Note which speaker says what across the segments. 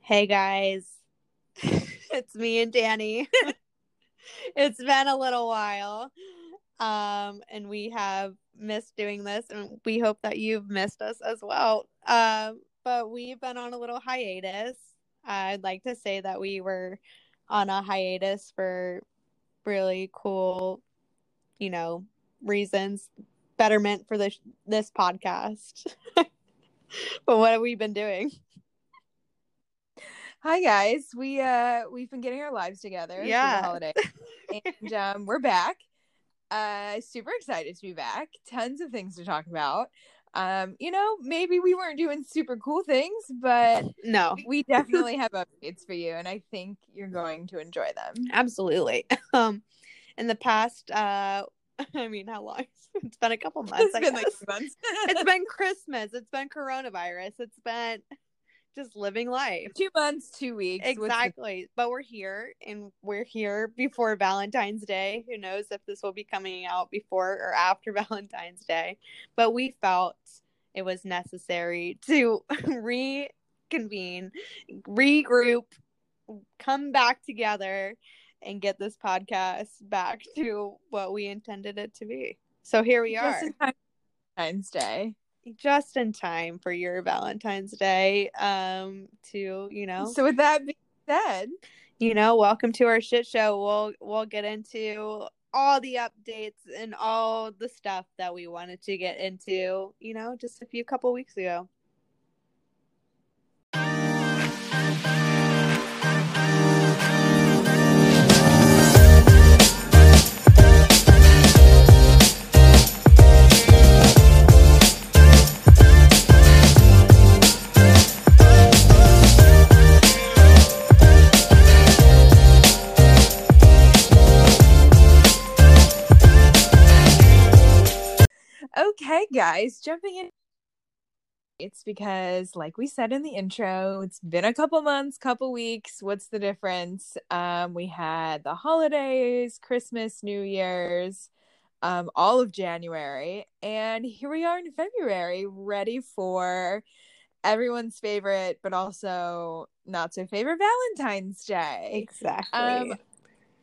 Speaker 1: Hey guys, it's me and Danny. it's been a little while. Um, and we have missed doing this, and we hope that you've missed us as well. Um, but we've been on a little hiatus. I'd like to say that we were on a hiatus for really cool, you know, reasons, betterment for this this podcast. but what have we been doing?
Speaker 2: Hi guys, we uh we've been getting our lives together
Speaker 1: Yeah.
Speaker 2: for the holiday, and um, we're back. Uh, super excited to be back. Tons of things to talk about. Um, you know, maybe we weren't doing super cool things, but
Speaker 1: No,
Speaker 2: we definitely have updates for you, and I think you're going to enjoy them.
Speaker 1: absolutely. Um, in the past, uh, I mean, how long? It's been a couple months.
Speaker 2: It's
Speaker 1: I
Speaker 2: been like
Speaker 1: guess.
Speaker 2: two months.
Speaker 1: it's been Christmas. It's been coronavirus. It's been just living life.
Speaker 2: two months, two weeks. What's the-
Speaker 1: Exactly. But we're here and we're here before Valentine's Day. Who knows if this will be coming out before or after Valentine's Day. But we felt it was necessary to reconvene, regroup, come back together, and get this podcast back to what we intended it to be. So here we are
Speaker 2: Just in time for Valentine's Day.
Speaker 1: just in time for your Valentine's Day. Um, to you know,
Speaker 2: So with that being said,
Speaker 1: you know, welcome to our shit show. We'll we'll get into all the updates and all the stuff that we wanted to get into. You know, just a few couple weeks ago.
Speaker 2: okay, guys, jumping in. It's because, like we said in the intro, it's been a couple months, couple weeks. What's the difference? Um, we had the holidays, Christmas, New Year's, um, all of January, and here we are in February, ready for everyone's favorite, but also not so favorite Valentine's Day.
Speaker 1: Exactly.
Speaker 2: Um,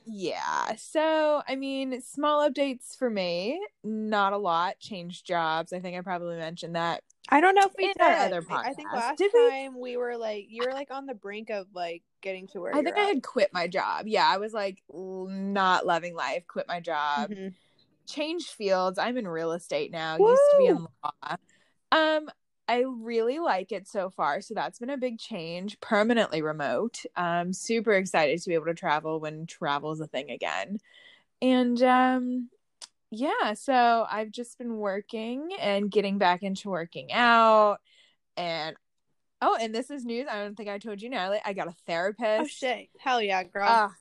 Speaker 2: Yeah. So, I mean, small updates for me, not a lot. Changed jobs. I think I probably mentioned that.
Speaker 1: I don't know if we
Speaker 2: in
Speaker 1: did.
Speaker 2: our other
Speaker 1: I think
Speaker 2: podcast,
Speaker 1: last
Speaker 2: did we-
Speaker 1: time we were like, you were like on the brink of like getting to where
Speaker 2: I think
Speaker 1: you're
Speaker 2: I had quit my job. Yeah, I was like l- not loving life, quit my
Speaker 1: at.
Speaker 2: job,
Speaker 1: Mhm.
Speaker 2: changed fields. I'm in real estate now. Used to be in law. Um I really like it so far. So that's been a big change, permanently remote. Um super excited to be able to travel when travel's a thing again. And um yeah, so I've just been working and getting back into working out and oh, and this is news. I don't think I told you Natalie. I got a therapist.
Speaker 1: Oh shit! Hell yeah, girl.
Speaker 2: Ah,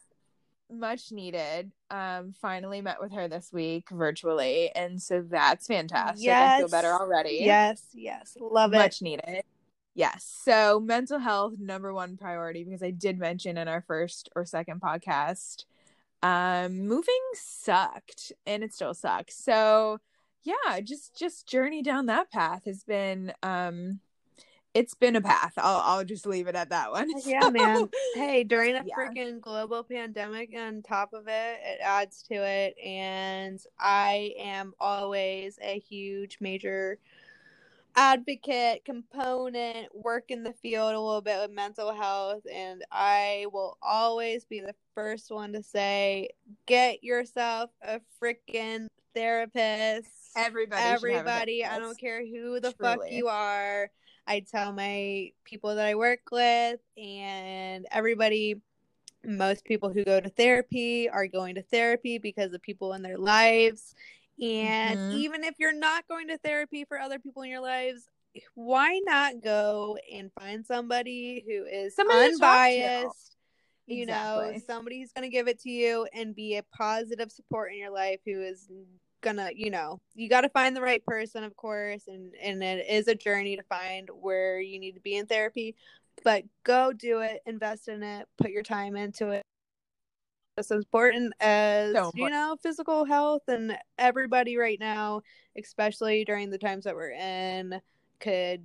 Speaker 2: much needed. Um, finally met with her this week virtually, and so that's fantastic. I feel
Speaker 1: Yes.
Speaker 2: better already.
Speaker 1: yes, yes, love it.
Speaker 2: much needed. Yes. So mental health number one priority because I did mention in our first or second podcast, um, moving sucked and it still sucks. So yeah, just just journey down that path has been um, it's been a path. I'll I'll just leave it at that one.
Speaker 1: Yeah, man. Hey, during a
Speaker 2: Yeah.
Speaker 1: freaking global pandemic, on top of it, it adds to it. And I am always a huge, major advocate, component, work in the field a little bit with mental health. And I will always be the first one to say, get yourself a freaking therapist
Speaker 2: Everybody, should have a
Speaker 1: everybody. I
Speaker 2: therapist.
Speaker 1: don't care who the fuck
Speaker 2: Truly.
Speaker 1: you are. I tell my people that I work with and everybody most people who go to therapy are going to therapy because of people in their lives. And
Speaker 2: Mhm.
Speaker 1: even if you're not going to therapy for other people in your lives, why not go and find somebody who is
Speaker 2: Somebody to talk to.
Speaker 1: unbiased? You know,
Speaker 2: Exactly.
Speaker 1: somebody who's going to give it to you and be a positive support in your life who is gonna you know you got to find the right person of course and and it is a journey to find where you need to be in therapy but go do it invest in it put your time into it It's as important as
Speaker 2: So
Speaker 1: you know physical health and everybody right now especially during the times that we're in could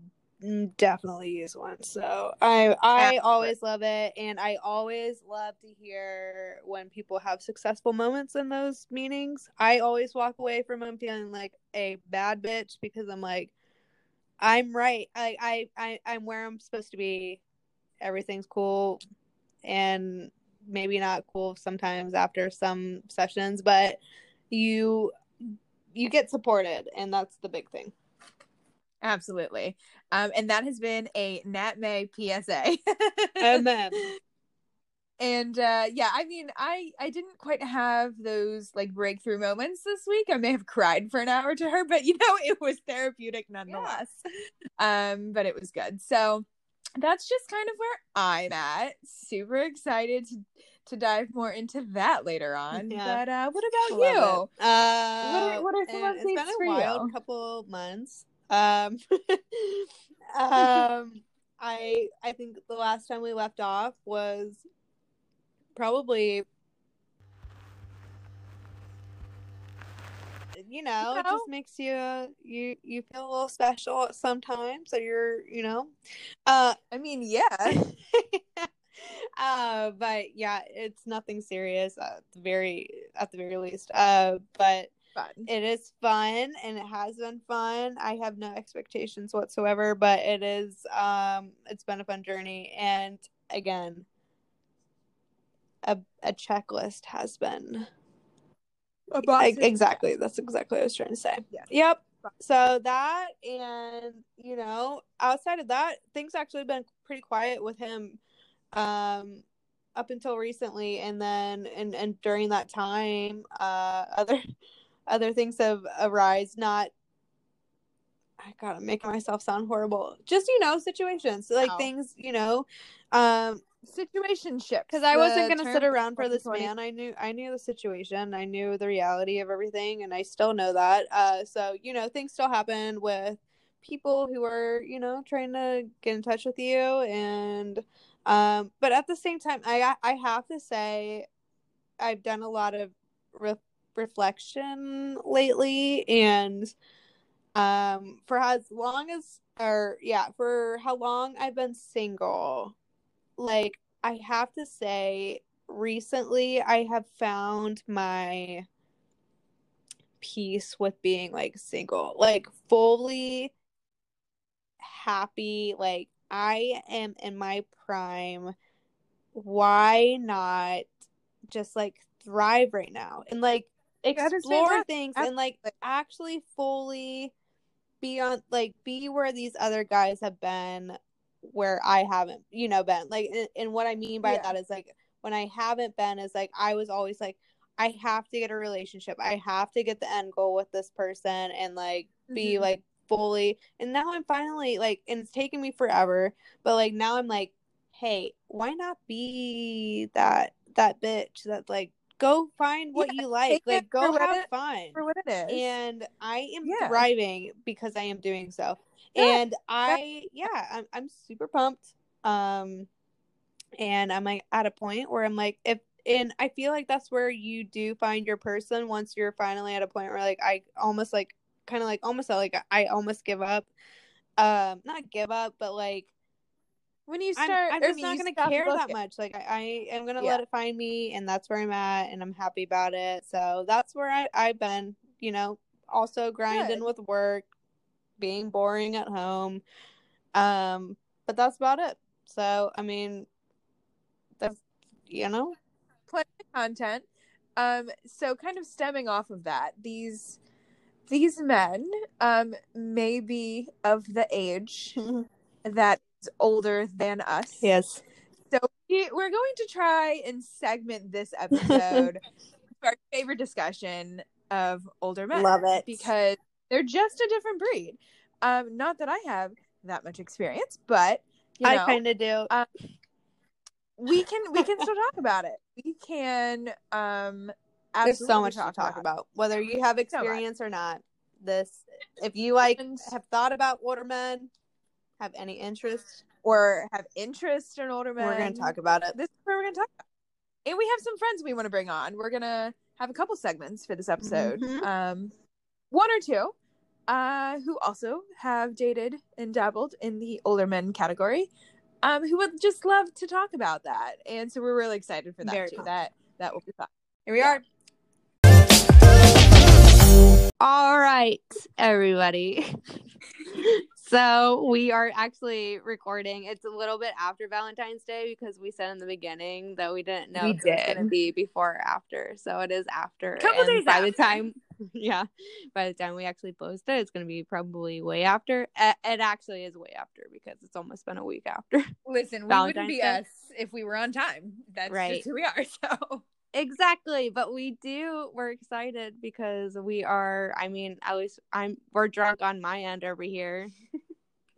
Speaker 1: definitely use one. So I I always love it, and I always love to hear when people have successful moments in those meetings. I always walk away from them feeling like a bad bitch because I'm like, I'm right. I I, I I'm where I'm supposed to be. Everything's cool, and maybe not cool sometimes after some sessions, but you you get supported, and that's the big thing.
Speaker 2: Absolutely. Um, and that has been a Nat May PSA.
Speaker 1: Amen.
Speaker 2: And uh, yeah, I mean, I I didn't quite have those like breakthrough moments this week. I may have cried for an hour to her, but you know, it was therapeutic nonetheless. Um, but it was good. So that's just kind of where I'm at. Super excited to to dive more into that later on.
Speaker 1: Yeah.
Speaker 2: But uh, what about
Speaker 1: Love
Speaker 2: you?
Speaker 1: it. Uh,
Speaker 2: What are- what are some
Speaker 1: and It's
Speaker 2: updates for
Speaker 1: been a wild
Speaker 2: you?
Speaker 1: couple months. Um, um, I I think the last time we left off was probably. You know, it
Speaker 2: know?
Speaker 1: just makes you you you feel a little special sometimes. So you're you know, uh,
Speaker 2: I mean, yeah.
Speaker 1: uh but yeah it's nothing serious at the very at the very least uh but
Speaker 2: Fun.
Speaker 1: it is fun and it has been fun i have no expectations whatsoever but it is um it's been a fun journey and again a, a checklist has been
Speaker 2: A
Speaker 1: I,
Speaker 2: box is-
Speaker 1: exactly that's exactly what i was trying to say
Speaker 2: Yeah.
Speaker 1: yep so that and you know outside of that things actually been pretty quiet with him um up until recently and then and and during that time uh other other things have arise not I gotta make myself sound horrible. Just you know, situations like
Speaker 2: Wow.
Speaker 1: things you know, um,
Speaker 2: situationship
Speaker 1: because I wasn't going to sit around for this
Speaker 2: 2020.
Speaker 1: man. I knew I knew the situation. I knew the reality of everything, and I still know that. Uh, so you know, things still happen with people who are you know trying to get in touch with you, and um, but at the same time, I I have to say, I've done a lot of re- reflection lately, and um, for as long as or yeah, for how long I've been single, like I have to say, recently I have found my peace with being like single, like fully happy. Like I am in my prime. Why not just like thrive right now and like
Speaker 2: That is
Speaker 1: explore
Speaker 2: fantastic.
Speaker 1: things and like actually fully be on like be where these other guys have been where I haven't, you know, been. Like, and, and what I mean by
Speaker 2: Yeah.
Speaker 1: that is like when I haven't been is like I was always like, I have to get a relationship. I have to get the end goal with this person and like be
Speaker 2: Mhm.
Speaker 1: like fully. And now I'm finally like, and it's taken me forever, but like now I'm like, hey, why not be that that bitch that like go find what you like,
Speaker 2: take it
Speaker 1: like go
Speaker 2: for what
Speaker 1: have
Speaker 2: it-
Speaker 1: fun
Speaker 2: for what it is.
Speaker 1: and I am
Speaker 2: Yeah.
Speaker 1: thriving because I am doing so.
Speaker 2: Yeah.
Speaker 1: And I, yeah, I'm, I'm super pumped. Um, and I'm like at a point where I'm like, if, and I feel like that's where you do find your person once you're finally at a point where like I almost like kind of like almost like I almost give up. Um, not give up, but like
Speaker 2: when you
Speaker 1: I'm,
Speaker 2: start,
Speaker 1: I'm
Speaker 2: or
Speaker 1: just
Speaker 2: when
Speaker 1: not
Speaker 2: you
Speaker 1: going to
Speaker 2: stop
Speaker 1: care that
Speaker 2: looking.
Speaker 1: much. Like I, I am going to
Speaker 2: Yeah.
Speaker 1: let it find me, and that's where I'm at, and I'm happy about it. So that's where I, I've been. You know, also grinding
Speaker 2: Good.
Speaker 1: with work, being boring at home. Um, but that's about it. So I mean, that's you know,
Speaker 2: Plenty of content. Um, so kind of stemming off of that, these these men um may be of the age that is older than us.
Speaker 1: yes,
Speaker 2: So we, we're going to try and segment this episode to our favorite discussion of older men.
Speaker 1: love it
Speaker 2: because they're just a different breed. Um, not that I have that much experience, but you know,
Speaker 1: I kind of do.
Speaker 2: uh, we can we can still talk about it. We can um
Speaker 1: There's
Speaker 2: absolutely
Speaker 1: so much to talk about. whether you have
Speaker 2: So much.
Speaker 1: experience or not. This, if you like,
Speaker 2: And-
Speaker 1: have thought about watermen, have any interest,
Speaker 2: or have interest in older men.
Speaker 1: we're going to talk about it.
Speaker 2: This is where we're gonna talk about. it. And we have some friends we want to bring Mm-hmm. on. We're gonna have a couple segments for this episode.
Speaker 1: Mhm.
Speaker 2: Um one or two. uh, who also have dated and dabbled in the older men category, um, who would just love to talk about that. And so we're really excited for that
Speaker 1: Very
Speaker 2: too.
Speaker 1: cool.
Speaker 2: That that will be fun.
Speaker 1: Here we
Speaker 2: Yeah.
Speaker 1: are. All right, everybody. so we are actually recording. It's a little bit after Valentine's Day because we said in the beginning that we didn't know
Speaker 2: We
Speaker 1: if it was going to
Speaker 2: did.
Speaker 1: be before or after. So it is after.
Speaker 2: Couple
Speaker 1: and
Speaker 2: days
Speaker 1: by the
Speaker 2: after.
Speaker 1: time, yeah, by the time we actually post it, it's going to be probably way after. It, it actually is way after because it's almost been a week after.
Speaker 2: Listen, we
Speaker 1: Valentine's
Speaker 2: wouldn't be
Speaker 1: Day?
Speaker 2: us if we were on time. That's
Speaker 1: Right.
Speaker 2: just who we are. So
Speaker 1: Exactly, but we do. We're excited because we are. I mean, at least I'm. We're drunk on my end over here.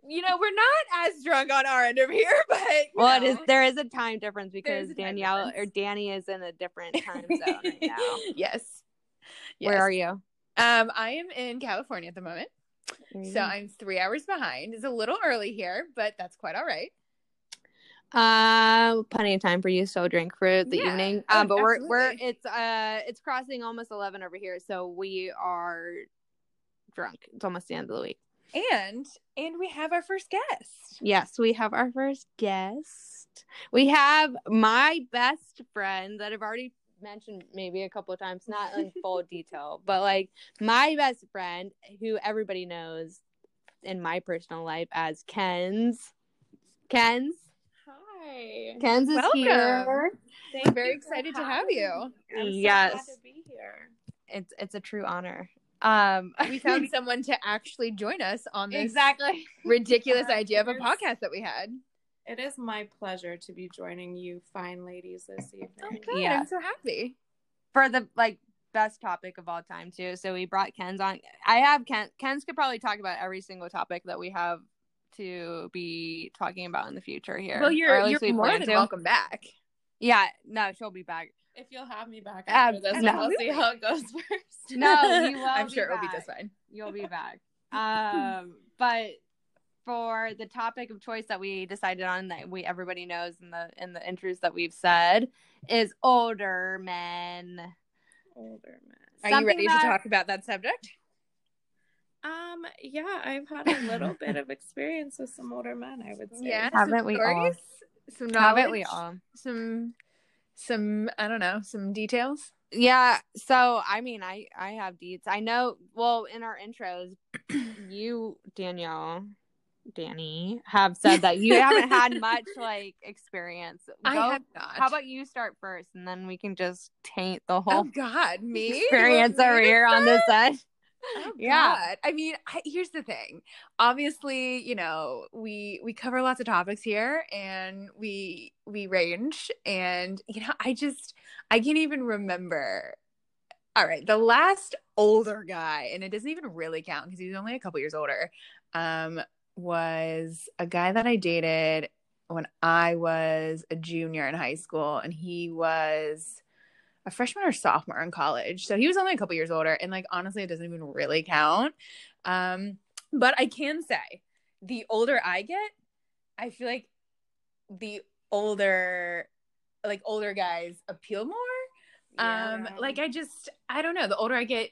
Speaker 2: you know, we're not as drunk on our end over here, but you
Speaker 1: Well, it is.
Speaker 2: know.
Speaker 1: There is a time difference because
Speaker 2: is a time
Speaker 1: Danielle or
Speaker 2: difference.
Speaker 1: Danny is in a different time zone right now.
Speaker 2: yes. Yes.
Speaker 1: Where are you?
Speaker 2: Um, I am in California at the moment. So
Speaker 1: Where are you?
Speaker 2: I'm three hours behind. It's a little early here, but that's quite all right.
Speaker 1: um, plenty of time for you. So drink for the
Speaker 2: Yeah.
Speaker 1: evening.
Speaker 2: Oh,
Speaker 1: Um, but we're we're
Speaker 2: absolutely.
Speaker 1: it's uh it's crossing almost eleven over here, so we are drunk. It's almost the end of the week.
Speaker 2: And and we have our first guest.
Speaker 1: Yes, we have our first guest. We have my best friend that I've already mentioned maybe a couple of times, not in full detail, but like my best friend who everybody knows in my personal life as Ken's. Ken's.
Speaker 3: Hi.
Speaker 1: Ken's is
Speaker 2: Welcome.
Speaker 1: here.
Speaker 3: Thank you
Speaker 2: Very
Speaker 3: for
Speaker 2: excited to
Speaker 3: having
Speaker 2: have you.
Speaker 3: me. I'm so
Speaker 1: Yes.
Speaker 3: glad to be here.
Speaker 1: It's it's a true honor. Um
Speaker 2: We found someone to actually join us on this
Speaker 1: exactly.
Speaker 2: ridiculous
Speaker 3: Yeah,
Speaker 2: idea of a
Speaker 3: there's-
Speaker 2: podcast that we had.
Speaker 3: It is my pleasure to be joining you fine ladies this evening.
Speaker 2: Oh good.
Speaker 1: Yeah.
Speaker 2: I'm so happy.
Speaker 1: for the like best topic of all time too. So we brought Ken's on. I have Ken. Ken's could probably talk about every single topic that we have to be talking about in the future here.
Speaker 2: Well,
Speaker 1: Or
Speaker 2: you're
Speaker 1: at least
Speaker 2: you're
Speaker 1: we
Speaker 2: more
Speaker 1: plan
Speaker 2: than
Speaker 1: to.
Speaker 2: welcome back.
Speaker 1: Yeah, no, she'll be back.
Speaker 3: If you'll have me back
Speaker 1: Ab-
Speaker 3: after this,
Speaker 1: no.
Speaker 3: I'll see how it goes first.
Speaker 1: No, you will
Speaker 2: I'm
Speaker 1: be
Speaker 2: sure it will be
Speaker 1: back.
Speaker 2: just fine.
Speaker 1: You'll be back. um, but for the topic of choice that we decided on that we everybody knows in the in the intros that we've said is older men.
Speaker 3: Older man.
Speaker 2: Are
Speaker 1: Something
Speaker 2: you ready
Speaker 1: that-
Speaker 2: to talk about that subject?
Speaker 3: Um, yeah, I've had a little bit of experience with some older men, I would say.
Speaker 2: Yeah,
Speaker 1: Haven't
Speaker 2: some
Speaker 1: we
Speaker 2: stories,
Speaker 1: all?
Speaker 2: Some knowledge,
Speaker 1: Haven't we all?
Speaker 2: some some I don't know, some details.
Speaker 1: Yeah, so I mean, I I have deeds. I know. Well, in our intros, you Danielle, Danny have said that you haven't had much like experience.
Speaker 2: I
Speaker 1: Go-
Speaker 2: have not.
Speaker 1: How about you start first, and then we can just taint the
Speaker 2: Oh
Speaker 1: whole
Speaker 2: God, me You want
Speaker 1: experience
Speaker 2: me
Speaker 1: over
Speaker 2: to
Speaker 1: here on
Speaker 2: start?
Speaker 1: this end.
Speaker 2: Oh,
Speaker 1: Yeah.
Speaker 2: God. I mean, I, here's the thing. Obviously, you know, we we cover lots of topics here, and we we range, and you know, I just I can't even remember. All right, the last older guy, and it doesn't even really count because he was only a couple years older. Um, was a guy that I dated when I was a junior in high school, and he was a freshman or sophomore in college. So he was only a couple years older. And like, honestly, it doesn't even really count. Um, but I can say the older I get, I feel like the older, like older guys appeal more. Um,
Speaker 3: Yeah.
Speaker 2: like I just, I don't know. The older I get,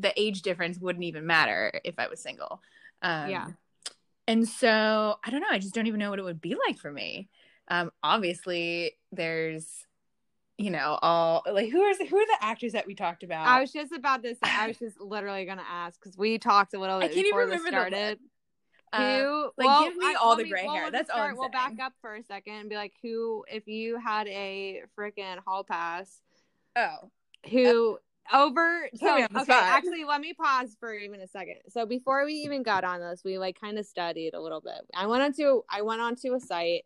Speaker 2: the age difference wouldn't even matter if I was single. Um,
Speaker 1: Yeah.
Speaker 2: And so I don't know. I just don't even know what it would be like for me. Um, obviously, there's, you know, all like who are who are the actors that we talked about?
Speaker 1: I was just about to say. I was just literally gonna ask because we talked a little
Speaker 2: I
Speaker 1: bit
Speaker 2: can't even
Speaker 1: before this
Speaker 2: remember the
Speaker 1: started.
Speaker 2: Um,
Speaker 1: who
Speaker 2: like, give me all the gray hair.
Speaker 1: we'll
Speaker 2: That's all
Speaker 1: start,
Speaker 2: I'm
Speaker 1: we'll
Speaker 2: saying.
Speaker 1: back up for a second and be like who if you had a freaking hall pass
Speaker 2: oh,
Speaker 1: who over
Speaker 2: Put
Speaker 1: so
Speaker 2: me
Speaker 1: okay
Speaker 2: on the spot.
Speaker 1: actually let me pause for even a second so before we even got on this we like kind of studied a little bit i went onto i went onto a site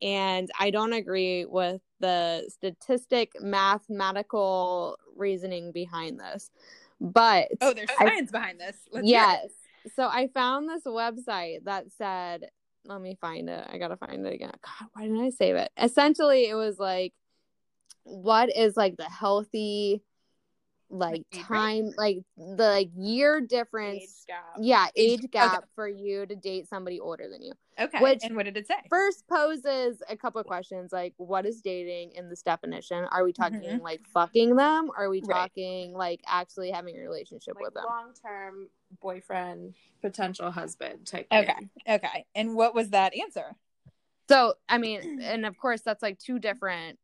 Speaker 1: and i don't agree with the statistic mathematical reasoning behind this but
Speaker 2: oh, there's
Speaker 1: I-
Speaker 2: science behind this. Let's hear it.
Speaker 1: yes. So I found this website that said, let me find it. I gotta find it again. God, why didn't I save it? Essentially, it was like, what is like the healthy, like
Speaker 2: age range?
Speaker 1: time, like the like year difference?
Speaker 3: Age gap.
Speaker 1: Yeah,
Speaker 2: Age-
Speaker 1: age gap for you to date somebody older than you.
Speaker 2: Okay.
Speaker 1: Which-
Speaker 2: and what did it say?
Speaker 1: First poses a couple of questions like what is dating in this definition? Are we talking
Speaker 2: Mm-hmm.
Speaker 4: Mhm.
Speaker 1: like fucking them? Are we
Speaker 4: Right.
Speaker 1: talking like actually having a relationship
Speaker 3: Like
Speaker 1: with them?
Speaker 3: long term boyfriend, potential husband type.
Speaker 2: Okay.
Speaker 3: thing.
Speaker 2: Okay. And what was that answer?
Speaker 1: So I mean, and of course that's like two different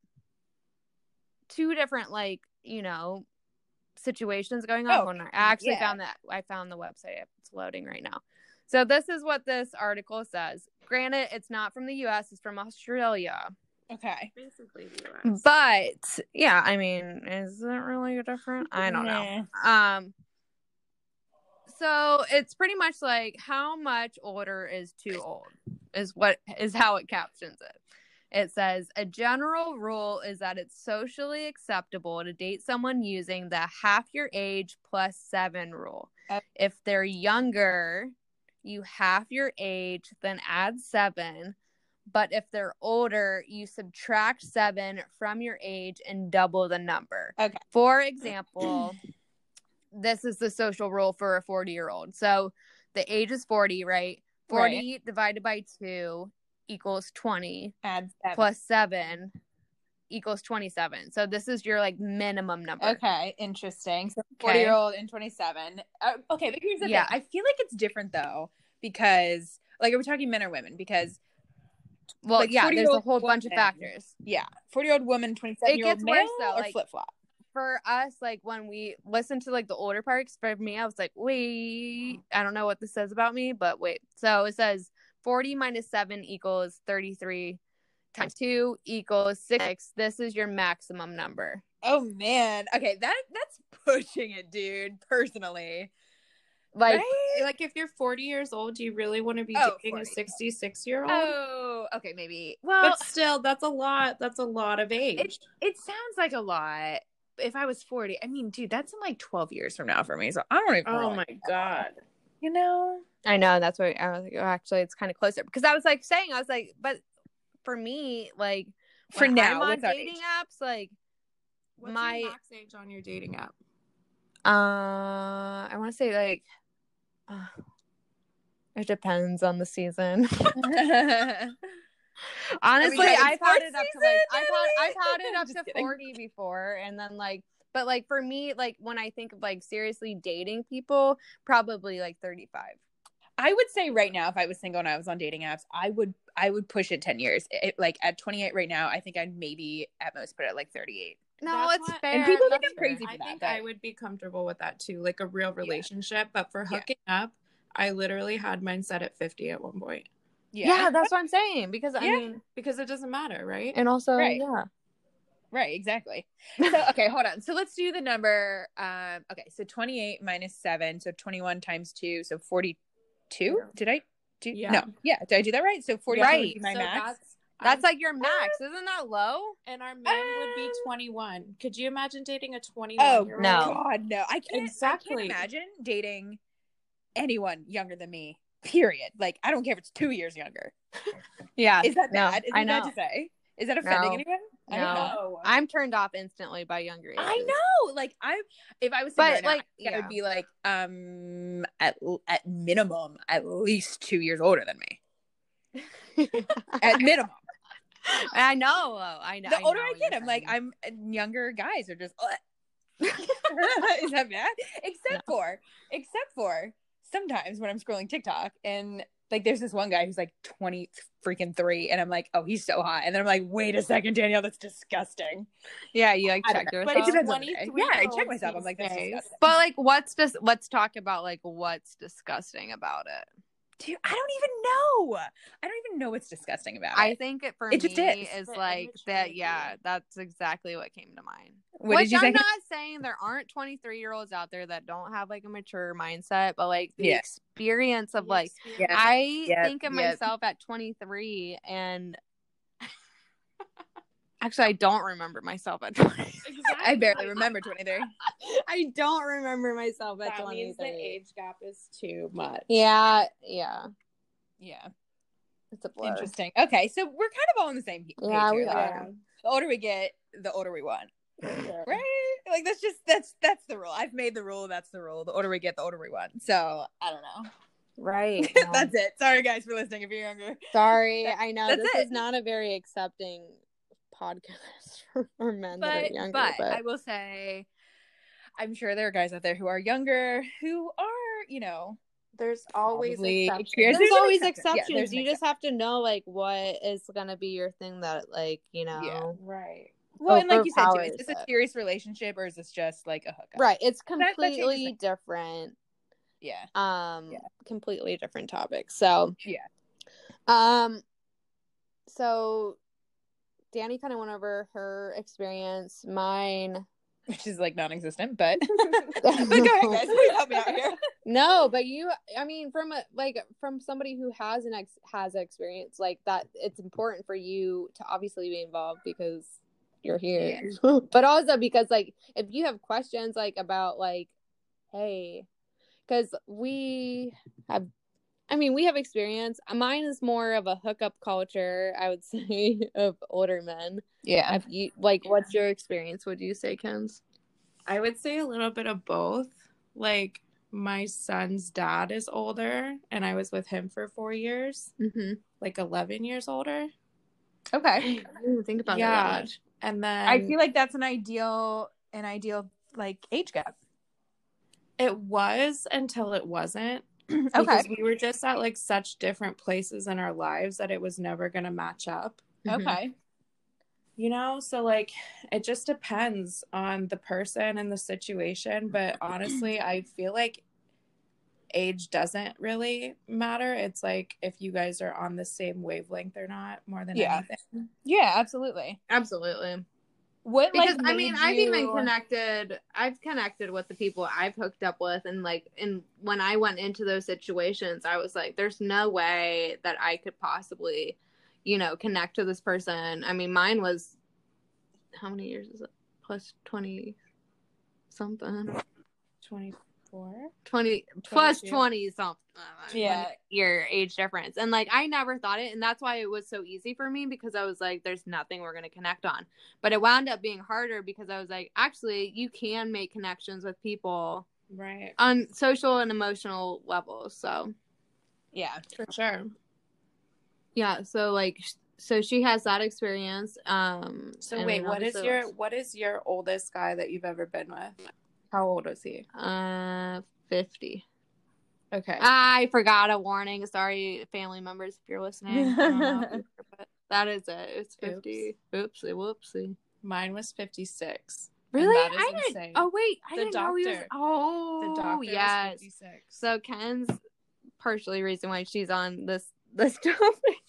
Speaker 1: two different like, you know, situations going on.
Speaker 2: Oh,
Speaker 1: Hold on, I actually
Speaker 2: yeah.
Speaker 1: found that I found the website. It's loading right now. So this is what this article says. Granted, it's not from the US, it's from Australia.
Speaker 2: Okay.
Speaker 3: Basically, the US.
Speaker 1: But yeah, I mean, is it really different? I don't know.
Speaker 2: Nah.
Speaker 1: Um so it's pretty much like how much older is too old is what is how it captions it. It says a general rule is that it's socially acceptable to date someone using the half your age plus 7 rule.
Speaker 2: Oh.
Speaker 1: If they're younger, you half your age then add 7, but if they're older, you subtract 7 from your age and double the number.
Speaker 2: Okay.
Speaker 1: For example, this is the social rule for a 40 year old. So the age is 40, right? 40 divided by 2 equals 20
Speaker 2: Add seven.
Speaker 1: plus 7 equals 27. So this is your like minimum number.
Speaker 2: Okay, interesting. So forty year old and twenty seven. Uh, okay, but here's the
Speaker 1: Yeah.
Speaker 2: thing. I feel like it's different though because, like, are we talking men or women? Because
Speaker 1: Well,
Speaker 2: Like,
Speaker 1: yeah, there's a
Speaker 2: 40-year-old
Speaker 1: whole bunch of
Speaker 2: woman.
Speaker 1: factors.
Speaker 2: yeah, forty year old woman, twenty seven year old
Speaker 1: gets
Speaker 2: male,
Speaker 1: worse, though,
Speaker 2: or
Speaker 1: like-
Speaker 2: flip flop.
Speaker 1: For us, like when we listen to like the older parts, for me, I was like, wait, I don't know what this says about me, but wait. So it says 40 minus 7 equals 33 times 2 equals 6. This is your maximum number.
Speaker 2: Oh man. Okay, that that's pushing it, dude. Personally,
Speaker 1: Like,
Speaker 2: Right?
Speaker 3: Like if you're 40 years old, you really want to be
Speaker 2: Oh,
Speaker 3: dating
Speaker 2: 40.
Speaker 3: a 66 year old.
Speaker 1: oh, okay, maybe. Well,
Speaker 3: But still, that's a lot. That's a lot of age.
Speaker 2: it sounds like a lot. If I was forty, I mean, dude, that's in like twelve years from now for me. So I don't even.
Speaker 3: Oh
Speaker 2: really-
Speaker 3: my god. You know,
Speaker 1: I know that's what I was like. Oh, actually, it's kind of closer because I was like saying I was like, but for me, like
Speaker 2: For
Speaker 1: when
Speaker 2: now,
Speaker 1: I'm on
Speaker 2: what's our
Speaker 1: dating
Speaker 2: age?
Speaker 1: apps, like
Speaker 3: what's
Speaker 1: My-
Speaker 3: your max age on your dating app?
Speaker 1: uh, I want to say like uh, it depends on the season.
Speaker 2: Oh
Speaker 1: Honestly,
Speaker 2: having
Speaker 1: I've had
Speaker 2: sports
Speaker 1: it up to
Speaker 2: season,
Speaker 1: like I've had I've
Speaker 2: Natalie?
Speaker 1: had it up
Speaker 2: Just
Speaker 1: to
Speaker 2: kidding.
Speaker 1: forty before, and then like, but like for me, like when I think of like seriously dating people, probably like thirty five.
Speaker 2: I would say right now, if I was single and I was on dating apps, I would I would push it ten years. It, like at twenty eight right now, I think I'd maybe at most put it at like thirty eight.
Speaker 1: No,
Speaker 3: That's
Speaker 1: it's
Speaker 3: what-
Speaker 1: fair.
Speaker 2: And people think
Speaker 1: that's
Speaker 2: I'm
Speaker 1: fair.
Speaker 2: crazy
Speaker 3: I
Speaker 2: for that.
Speaker 3: think
Speaker 2: but-
Speaker 3: I would be comfortable with that too, like a real relationship. But for
Speaker 2: Yeah.
Speaker 3: hooking up, I literally had mine set at 50 at one point
Speaker 1: Yeah. that's what I'm saying because I
Speaker 2: Yeah.
Speaker 1: mean,
Speaker 3: because it doesn't matter, right?
Speaker 1: and also
Speaker 2: Right.
Speaker 1: yeah.
Speaker 2: Right, exactly. So okay, hold on. So let's do the number. Um, okay, so twenty eight minus seven, so twenty one times two, so forty two. Did I do?
Speaker 3: Yeah.
Speaker 2: No, yeah. Did I do that right? So forty
Speaker 1: Right.
Speaker 2: would be my
Speaker 3: So
Speaker 2: max.
Speaker 3: that's- Ah.
Speaker 1: That's
Speaker 3: I'm-
Speaker 1: like your max, isn't that low?
Speaker 3: and our men would be
Speaker 2: Um,
Speaker 3: 21. Could you imagine dating a 21?
Speaker 2: Oh
Speaker 3: year old?
Speaker 1: No.
Speaker 2: God, no! I can't. I
Speaker 3: Exactly.
Speaker 2: can't imagine dating anyone younger than me. Period. Like I don't care if it's two years younger.
Speaker 1: Yeah,
Speaker 2: Is that
Speaker 1: No,
Speaker 2: bad? Is
Speaker 1: I
Speaker 2: that bad
Speaker 1: know.
Speaker 2: to say? Is that offending
Speaker 1: No.
Speaker 2: anyone? I
Speaker 1: No.
Speaker 2: don't know.
Speaker 1: I'm turned off instantly by younger ages.
Speaker 2: I know. Like I, if I was, single
Speaker 1: But,
Speaker 2: right now, I
Speaker 1: like,
Speaker 2: think I
Speaker 1: yeah.
Speaker 2: would be like, um, at at minimum, at least two years older than me. At minimum,
Speaker 1: I know. uh, I know.
Speaker 2: the older
Speaker 1: know
Speaker 2: I
Speaker 1: what
Speaker 2: get,
Speaker 1: you're
Speaker 2: I'm like,
Speaker 1: saying.
Speaker 2: I'm and younger guys are just. Is that bad? Except for, except for sometimes when I'm scrolling TikTok and like there's this one guy who's like 20 freaking three, and I'm like, oh, he's so hot, and then I'm like, wait a second, Danielle, that's disgusting.
Speaker 1: yeah, you like
Speaker 2: I don't
Speaker 1: check
Speaker 2: know.
Speaker 1: yourself.
Speaker 2: But
Speaker 1: But,
Speaker 2: it depends on the day.
Speaker 3: 23
Speaker 2: Yeah, I
Speaker 3: year
Speaker 2: check
Speaker 3: olds
Speaker 2: myself. I'm
Speaker 3: these
Speaker 2: like, that's
Speaker 3: days.
Speaker 2: disgusting.
Speaker 1: like, what's dis- Let's talk about like what's disgusting about it.
Speaker 2: Dude, I don't even know. I don't even know what's disgusting about
Speaker 1: I
Speaker 2: it.
Speaker 1: think it for
Speaker 2: It
Speaker 1: me
Speaker 2: just is.
Speaker 1: is
Speaker 3: The
Speaker 1: like that.
Speaker 3: immaturity.
Speaker 1: Yeah, that's exactly what came to mind.
Speaker 2: What
Speaker 1: Which
Speaker 2: did you
Speaker 1: I'm
Speaker 2: say?
Speaker 1: not saying there aren't 23 year olds out there that don't have like a mature mindset, but like the
Speaker 2: Yeah.
Speaker 1: experience of like
Speaker 2: Yeah.
Speaker 1: I
Speaker 2: Yep,
Speaker 1: think of
Speaker 2: yep.
Speaker 1: myself at 23 and actually I don't remember myself at 20.
Speaker 3: Exactly.
Speaker 2: I barely remember 23.
Speaker 1: I don't remember myself at
Speaker 3: That means the
Speaker 1: 23.
Speaker 3: age gap is too much.
Speaker 1: Yeah, yeah.
Speaker 2: Yeah,
Speaker 1: It's a blur.
Speaker 2: interesting. Okay, so we're kind of all on the same page.
Speaker 1: Yeah, we
Speaker 2: here. Like,
Speaker 1: are.
Speaker 2: The older we get, the older we want.
Speaker 3: for sure.
Speaker 2: Right? Like that's just that's that's the rule. I've made the rule. That's the rule. The older we get, the older we want. So I don't know.
Speaker 3: Right.
Speaker 2: That's it. Sorry guys for listening if you're younger.
Speaker 1: um, Sorry, I know
Speaker 2: that's
Speaker 1: this
Speaker 2: it.
Speaker 1: is not a very accepting podcast for, for men that
Speaker 2: But
Speaker 1: are younger.
Speaker 2: but,
Speaker 1: But,
Speaker 2: I will say I'm sure there are guys out there who are younger who are, you know,
Speaker 1: there's always
Speaker 2: probably
Speaker 1: exceptions. There's,
Speaker 2: experienced- there's an
Speaker 1: always
Speaker 2: exception. Yeah,
Speaker 1: exceptions.
Speaker 2: there's an
Speaker 1: you just have to know like what is gonna be your thing that like you know.
Speaker 3: Right.
Speaker 2: well, and like you said, too, is
Speaker 1: overpowers
Speaker 2: this a
Speaker 1: it.
Speaker 2: serious relationship or is this just like a hookup?
Speaker 1: Right, it's
Speaker 2: that changes
Speaker 1: completely different.
Speaker 2: Yeah.
Speaker 1: Um,
Speaker 2: Yeah.
Speaker 1: completely different topic. So
Speaker 2: Yeah.
Speaker 1: Um, so Danny kind of went over her experience, mine.
Speaker 2: Which is like non existent, but But go ahead, guys. Please help me out here.
Speaker 1: No, but you, I mean, from a like from somebody who has an ex has experience like that, it's important for you to obviously be involved because you're here, but also because like if you have questions like about like, hey, because we have, I mean, we have experience. Mine is more of a hookup culture, I would say, of older men.
Speaker 2: Yeah.
Speaker 1: Have you like what's your experience? Would you say, Ken's?
Speaker 3: I would say a little bit of both. Like my son's dad is older and I was with him for 4 years,
Speaker 1: Mm-hmm.
Speaker 3: like 11 years older.
Speaker 1: I
Speaker 2: Okay.
Speaker 1: didn't even think about that that.
Speaker 3: yeah.
Speaker 1: much.
Speaker 3: And then
Speaker 2: I feel like that's an ideal an ideal like age gap.
Speaker 3: it was until it wasn't. Because we were just at like such different places in our lives that it was never going to match up.
Speaker 1: Mhm.
Speaker 2: Okay.
Speaker 3: You know, so like it just depends on the person and the situation, but honestly, I feel like age doesn't really matter. It's like if you guys are on the same wavelength or not, more than
Speaker 2: Yeah.
Speaker 3: anything.
Speaker 2: Yeah, absolutely.
Speaker 1: Absolutely.
Speaker 2: What
Speaker 1: Because
Speaker 2: like
Speaker 1: I mean,
Speaker 2: made
Speaker 1: I've
Speaker 2: you...
Speaker 1: even connected. I've connected with the people I've hooked up with, and like, and when I went into those situations, I was like, "There's no way that I could possibly, you know, connect to this person." I mean, mine was how many years is it? Plus twenty something.
Speaker 3: 24?
Speaker 1: 20 plus
Speaker 3: 22.
Speaker 1: 20 something uh,
Speaker 2: Yeah.
Speaker 1: your age difference and like i never thought it and that's why it was so easy for me because i was like there's nothing we're going to connect on but it wound up being harder because i was like actually you can make connections with people
Speaker 3: Right.
Speaker 1: on social and emotional levels so
Speaker 2: Yeah.
Speaker 3: For sure.
Speaker 1: yeah so like sh- so she has that experience um
Speaker 3: So
Speaker 1: and
Speaker 3: wait,
Speaker 1: then
Speaker 3: what is
Speaker 1: obviously-
Speaker 3: your what is your oldest guy that you've ever been with? How old is he?
Speaker 1: uh 50
Speaker 3: Okay.
Speaker 1: i forgot a warning sorry family members if you're listening I don't know if you were, but that is it it's 50 oopsie whoopsie
Speaker 3: Mine was 56. and
Speaker 1: Really?
Speaker 3: that is
Speaker 1: I didn't.
Speaker 3: insane.
Speaker 1: Oh wait, I
Speaker 3: The
Speaker 1: didn't know he was.
Speaker 3: doctor.
Speaker 1: Oh,
Speaker 3: The doctor
Speaker 1: yes.
Speaker 3: was 56.
Speaker 1: so Ken's partially reason why she's on this this topic.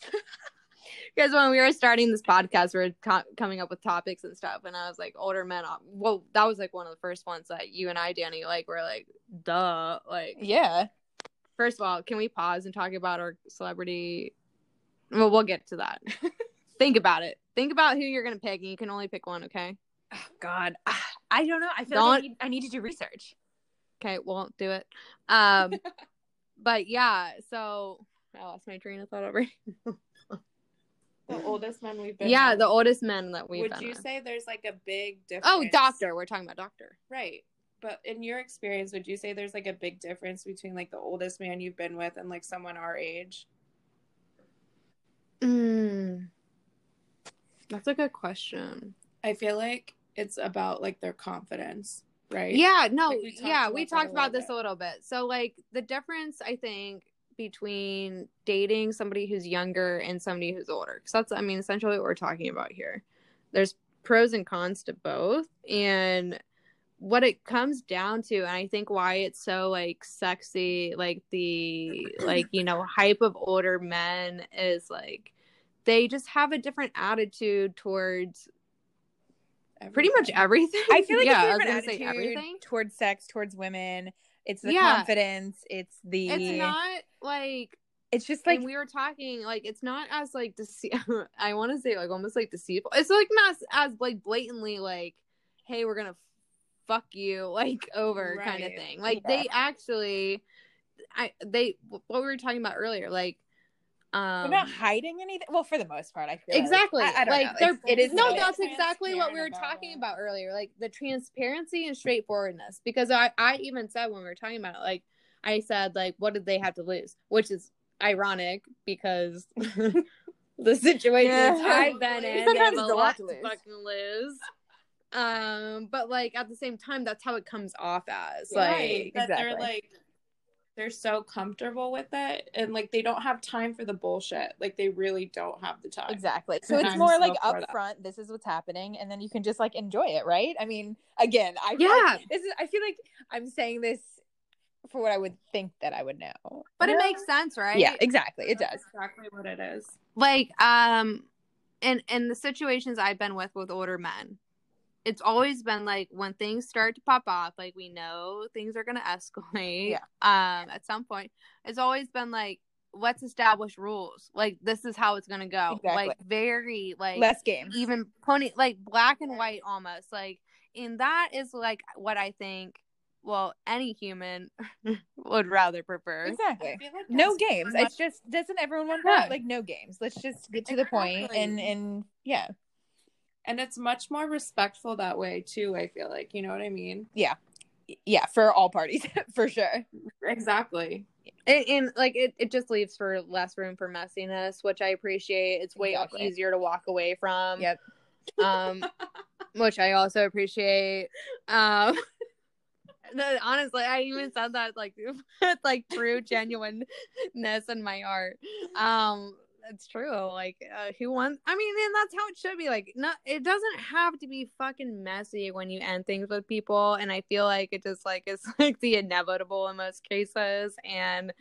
Speaker 1: Because when we were starting this podcast, we were co- coming up with topics and stuff, and I was like, older men. uh, Well, that was like one of the first ones that you and I, Danny, like were like, duh. Like,
Speaker 2: Yeah.
Speaker 1: first of all, can we pause and talk about our celebrity? Well, we'll get to that. Think about it. Think about who you're gonna pick, and you can only pick one. Okay.
Speaker 2: Oh, God. Ah, I don't know. I feel like I
Speaker 1: Don't-
Speaker 2: need, I need to do research.
Speaker 1: Okay, won't do it. Um, but yeah, so I lost my train of thought already.
Speaker 3: the oldest men we've been
Speaker 1: Yeah,
Speaker 3: with.
Speaker 1: the oldest men that we've
Speaker 3: Would
Speaker 1: been
Speaker 3: you
Speaker 1: with.
Speaker 3: say there's like a big difference?
Speaker 1: Oh, doctor. We're talking about doctor.
Speaker 3: Right. But in your experience, would you say there's like a big difference between like the oldest man you've been with and like someone our age?
Speaker 1: Mm. That's a good question.
Speaker 3: I feel like it's about like their confidence, right?
Speaker 1: Yeah, no,
Speaker 3: Like, we talked
Speaker 1: yeah,
Speaker 3: about
Speaker 1: we
Speaker 3: that a
Speaker 1: talked about
Speaker 3: little
Speaker 1: this
Speaker 3: bit.
Speaker 1: a little bit. So, like, the difference, I think, between dating somebody who's younger and somebody who's older, because that's, I mean, essentially what we're talking about here. There's pros and cons to both. And what it comes down to, and I think why it's so, like, sexy, like, the, like, you know, hype of older men is like, they just have a different attitude towards pretty much everything.
Speaker 2: I feel like
Speaker 1: yeah,
Speaker 2: it's a
Speaker 1: I
Speaker 2: different
Speaker 1: was gonna say
Speaker 2: attitude
Speaker 1: everything.
Speaker 2: towards sex, towards women. It's the
Speaker 1: Yeah.
Speaker 2: confidence. It's the.
Speaker 1: it's not like
Speaker 2: It's just
Speaker 1: like
Speaker 2: like.
Speaker 1: we were talking like it's not as like dece- i want to say like almost like deceitful it's like not as, as like blatantly like hey we're gonna fuck you like over kind of
Speaker 3: Right.
Speaker 1: thing like
Speaker 2: Yeah.
Speaker 1: they actually i they what we were talking about earlier like
Speaker 2: They're
Speaker 1: um
Speaker 2: not hiding anything. Well, for the most part, I feel like.
Speaker 1: exactly
Speaker 2: I, I don't
Speaker 1: like
Speaker 2: know.
Speaker 1: they're
Speaker 2: It's- it is.
Speaker 1: no
Speaker 2: what it
Speaker 1: that's
Speaker 2: is.
Speaker 1: exactly what we were
Speaker 3: transparent about
Speaker 1: talking
Speaker 3: it.
Speaker 1: about earlier like the transparency and straightforwardness because i i even said when we were talking about it like I said like, what did they have to lose? Which is ironic because the situations
Speaker 4: Yeah.
Speaker 1: I've been in, they have
Speaker 4: Sometimes
Speaker 1: a
Speaker 4: it's a lot
Speaker 1: lot
Speaker 4: to
Speaker 1: to
Speaker 4: lose.
Speaker 1: fucking lose. Um, but like at the same time, that's how it comes off as like,
Speaker 3: right that they're
Speaker 2: exactly.
Speaker 3: like they're so comfortable with it and like they don't have time for the bullshit like they really don't have the time
Speaker 4: Exactly. So it's
Speaker 3: I'm
Speaker 4: more
Speaker 3: so
Speaker 4: like
Speaker 3: for that.
Speaker 4: upfront. This is what's happening, and then you can just like enjoy it, right? I mean, again, I feel
Speaker 1: yeah,
Speaker 4: like-
Speaker 2: This is. I feel like I'm saying this for what I would think that I would know.
Speaker 1: but it makes sense, right?
Speaker 2: Yeah, exactly. It does.
Speaker 3: That's exactly what it is
Speaker 1: like um and and the situations i've been with with older men it's always been like when things start to pop off like we know things are going to escalate
Speaker 4: Yeah.
Speaker 1: um at some point it's always been like let's establish rules like this is how it's going to go
Speaker 4: Exactly.
Speaker 1: like very like
Speaker 2: Less games.
Speaker 1: even pony like black and white almost like and that is like what i think well any human would rather prefer
Speaker 4: exactly.
Speaker 3: I feel like
Speaker 2: No
Speaker 3: that's
Speaker 2: games.
Speaker 3: so much-
Speaker 2: It's just doesn't everyone want
Speaker 1: Yeah.
Speaker 2: that? Like no games. Let's just get to the point and
Speaker 3: Exactly.
Speaker 2: and yeah.
Speaker 3: and it's much more respectful that way too i feel like you know what i mean
Speaker 2: Yeah, for all parties, for sure.
Speaker 3: exactly
Speaker 1: And, and like it, it just leaves for less room for messiness, which I appreciate. It's way
Speaker 2: Exactly.
Speaker 1: easier to walk away from.
Speaker 2: Yep.
Speaker 1: Um, which I also appreciate. Um, no, honestly, I even said that like with like true genuineness in my art. Um, it's true. Like, uh, who wants? I mean, and that's how it should be. Like, no, it doesn't have to be fucking messy when you end things with people. And I feel like it just like it's like the inevitable in most cases. And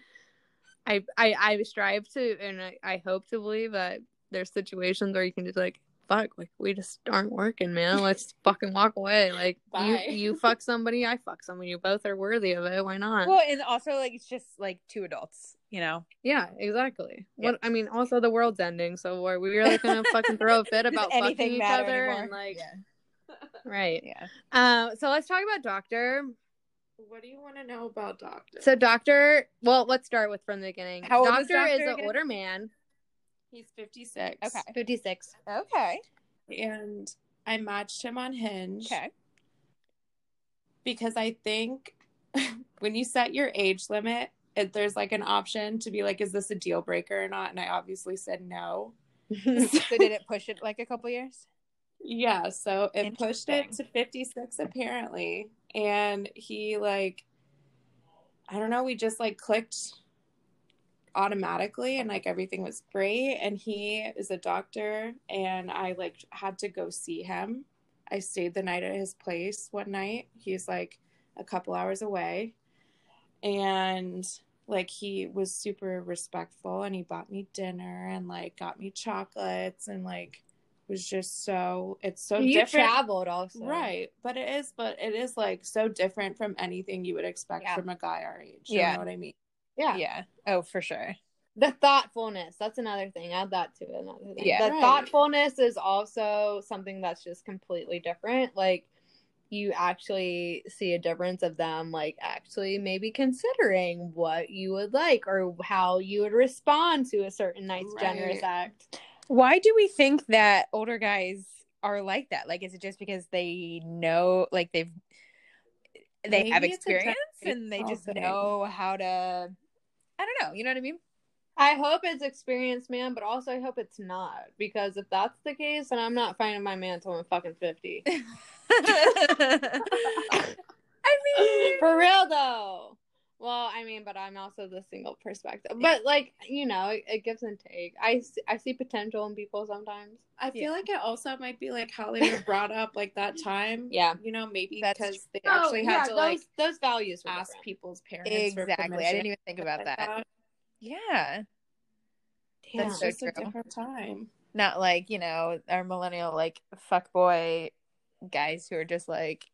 Speaker 1: I I, I strive to and I, I hope to believe that there's situations where you can just like fuck like we just aren't working man let's fucking walk away like
Speaker 3: Bye.
Speaker 1: you, you fuck somebody i fuck somebody you both are worthy of it why not
Speaker 2: Well, and also like it's just like two adults, you know.
Speaker 1: yeah exactly
Speaker 2: Yeah.
Speaker 1: what i mean also the world's ending so are we really gonna fucking throw a fit
Speaker 2: Does
Speaker 1: about fucking
Speaker 2: anything
Speaker 1: each
Speaker 2: matter
Speaker 1: other
Speaker 2: anymore?
Speaker 1: and like
Speaker 2: yeah.
Speaker 1: right
Speaker 2: yeah.
Speaker 1: um so let's talk about doctor
Speaker 3: what do you want to know about doctor
Speaker 1: so doctor well let's start with from the beginning
Speaker 2: How old
Speaker 1: doctor,
Speaker 2: is Doctor
Speaker 1: is an
Speaker 2: again?
Speaker 1: older man
Speaker 3: he's 56
Speaker 2: Okay.
Speaker 1: 56
Speaker 4: Okay.
Speaker 3: and i matched him on hinge
Speaker 2: Okay.
Speaker 3: because I think when you set your age limit, it, there's like an option to be like, is this a deal breaker or not? And I obviously said no.
Speaker 2: so did it push it like a couple years?
Speaker 3: Yeah, so it pushed it to
Speaker 2: Interesting.
Speaker 3: 56 apparently. And he like, I don't know, we just like clicked automatically and like everything was great. And he is a doctor and I like had to go see him. I stayed the night at his place one night. He's like a couple hours away. And like he was super respectful and he bought me dinner and like got me chocolates and like was just so it's so
Speaker 1: you
Speaker 3: different.
Speaker 1: traveled also
Speaker 3: Right. But it is but it is like so different from anything you would expect
Speaker 2: Yeah.
Speaker 3: from a guy our age.
Speaker 2: Yeah.
Speaker 3: You know what I mean?
Speaker 1: yeah
Speaker 2: yeah. Oh, for sure.
Speaker 1: the thoughtfulness that's another thing add that to it another thing.
Speaker 2: Yeah.
Speaker 1: the
Speaker 3: Right.
Speaker 1: thoughtfulness is also something that's just completely different like you actually see a difference of them like actually maybe considering what you would like or how you would respond to a certain nice generous
Speaker 3: Right.
Speaker 1: act
Speaker 2: Why do we think that older guys are like that? Like, is it just because they know, like they've they
Speaker 3: Maybe
Speaker 2: have
Speaker 3: it's a
Speaker 2: experience and they just
Speaker 3: generational thing.
Speaker 2: know how to? I don't know. You know what I mean?
Speaker 1: i hope it's experience man but also i hope it's not because if that's the case then i'm not finding my man till i'm fucking 50
Speaker 2: I mean,
Speaker 1: For real though. Well, I mean, but I'm also the single perspective. But like, you know, it, it gives and take. I s- I see potential in people sometimes.
Speaker 3: I feel
Speaker 2: Yeah.
Speaker 3: like it also might be like how they were brought up like that time.
Speaker 1: Yeah.
Speaker 3: You know, maybe
Speaker 2: That's
Speaker 3: because they actually had to
Speaker 1: Oh, those,
Speaker 3: like
Speaker 1: those values were
Speaker 3: Oh, ask
Speaker 1: different.
Speaker 3: people's parents. for
Speaker 2: exactly. I
Speaker 3: permission,
Speaker 2: didn't even think
Speaker 3: stuff
Speaker 2: about
Speaker 3: like oh,
Speaker 2: that. Yeah.
Speaker 1: Damn.
Speaker 3: It's
Speaker 2: so
Speaker 3: just a
Speaker 2: true.
Speaker 3: different time.
Speaker 2: not like you know our millennial like fuck boy guys who are just like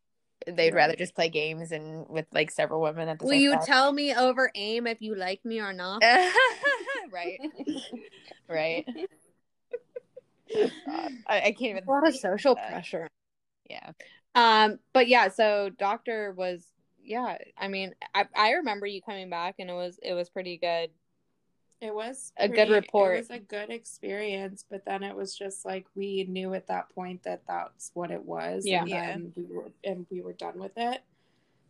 Speaker 2: they'd
Speaker 3: Right.
Speaker 2: rather just play games and with like several women at the
Speaker 1: Will
Speaker 2: same
Speaker 1: you
Speaker 2: time.
Speaker 1: tell me over aim if you like me or not?
Speaker 2: right, right. God, I, I can't even.
Speaker 1: a lot of social
Speaker 2: that.
Speaker 1: pressure.
Speaker 2: Yeah,
Speaker 1: Um, but yeah, so Doctor was yeah. I mean, I I remember you coming back, and it was it was pretty good.
Speaker 3: It was
Speaker 1: A good report.
Speaker 3: It was a good experience, but then it was just like we knew at that point that that's what it was.
Speaker 1: Yeah.
Speaker 3: and
Speaker 2: Yeah.
Speaker 3: then we were and we were done with it.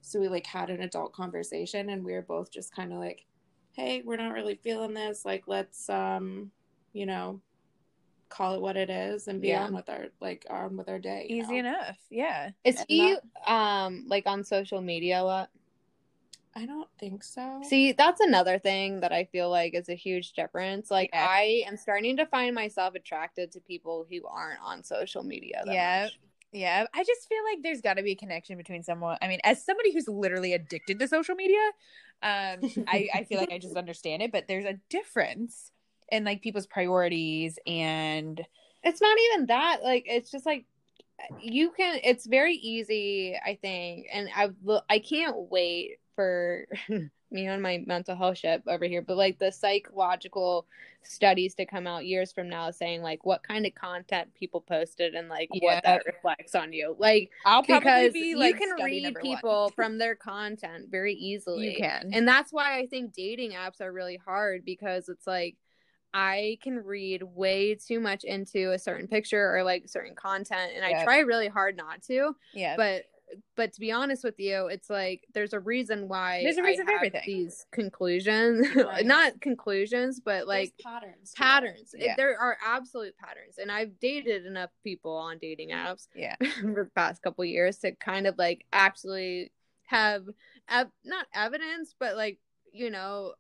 Speaker 3: So we like had an adult conversation and we were both just kind of like, hey, we're not really feeling this. Like, let's, um, you know, call it what it is and be
Speaker 2: Yeah.
Speaker 3: on with our like on with our day. you
Speaker 2: Easy
Speaker 3: know?
Speaker 2: enough. Yeah.
Speaker 1: Is
Speaker 3: And
Speaker 1: he um like on social media a lot?
Speaker 3: I don't think so.
Speaker 1: See, that's another thing that I feel like is a huge difference. Like
Speaker 2: Yeah.
Speaker 1: I am starting to find myself attracted to people who aren't on social media. That
Speaker 2: Yeah.
Speaker 1: much.
Speaker 2: Yeah. I just feel like there's got to be a connection between someone. I mean, as somebody who's literally addicted to social media, um, I, I feel like I just understand it, but there's a difference in like people's priorities and
Speaker 1: it's not even that like it's just like you can it's very easy i think and i lo- i can't wait for me on my mental health ship over here but like the psychological studies to come out years from now saying like what kind of content people posted and like
Speaker 2: Yeah.
Speaker 1: what that reflects on you like
Speaker 2: I'll
Speaker 1: because
Speaker 2: probably be like
Speaker 1: you can
Speaker 2: study
Speaker 1: read
Speaker 2: number one.
Speaker 1: people from their content very easily
Speaker 2: You can.
Speaker 1: and that's why I think dating apps are really hard because it's like I can read way too much into a certain picture or like certain content and I
Speaker 2: Yep.
Speaker 1: try really hard not to.
Speaker 2: yeah.
Speaker 1: But but to be honest with you, it's like there's a reason why
Speaker 2: There's a
Speaker 1: I
Speaker 2: reason for
Speaker 1: have
Speaker 2: everything.
Speaker 1: These conclusions,
Speaker 3: Right.
Speaker 1: not conclusions, but like
Speaker 3: There's patterns. to it.
Speaker 1: patterns. It-
Speaker 2: Yeah.
Speaker 1: there are absolute patterns, and I've dated enough people on dating apps
Speaker 2: Yeah.
Speaker 1: for the past couple years to kind of like actually have ev- not evidence, but like you know,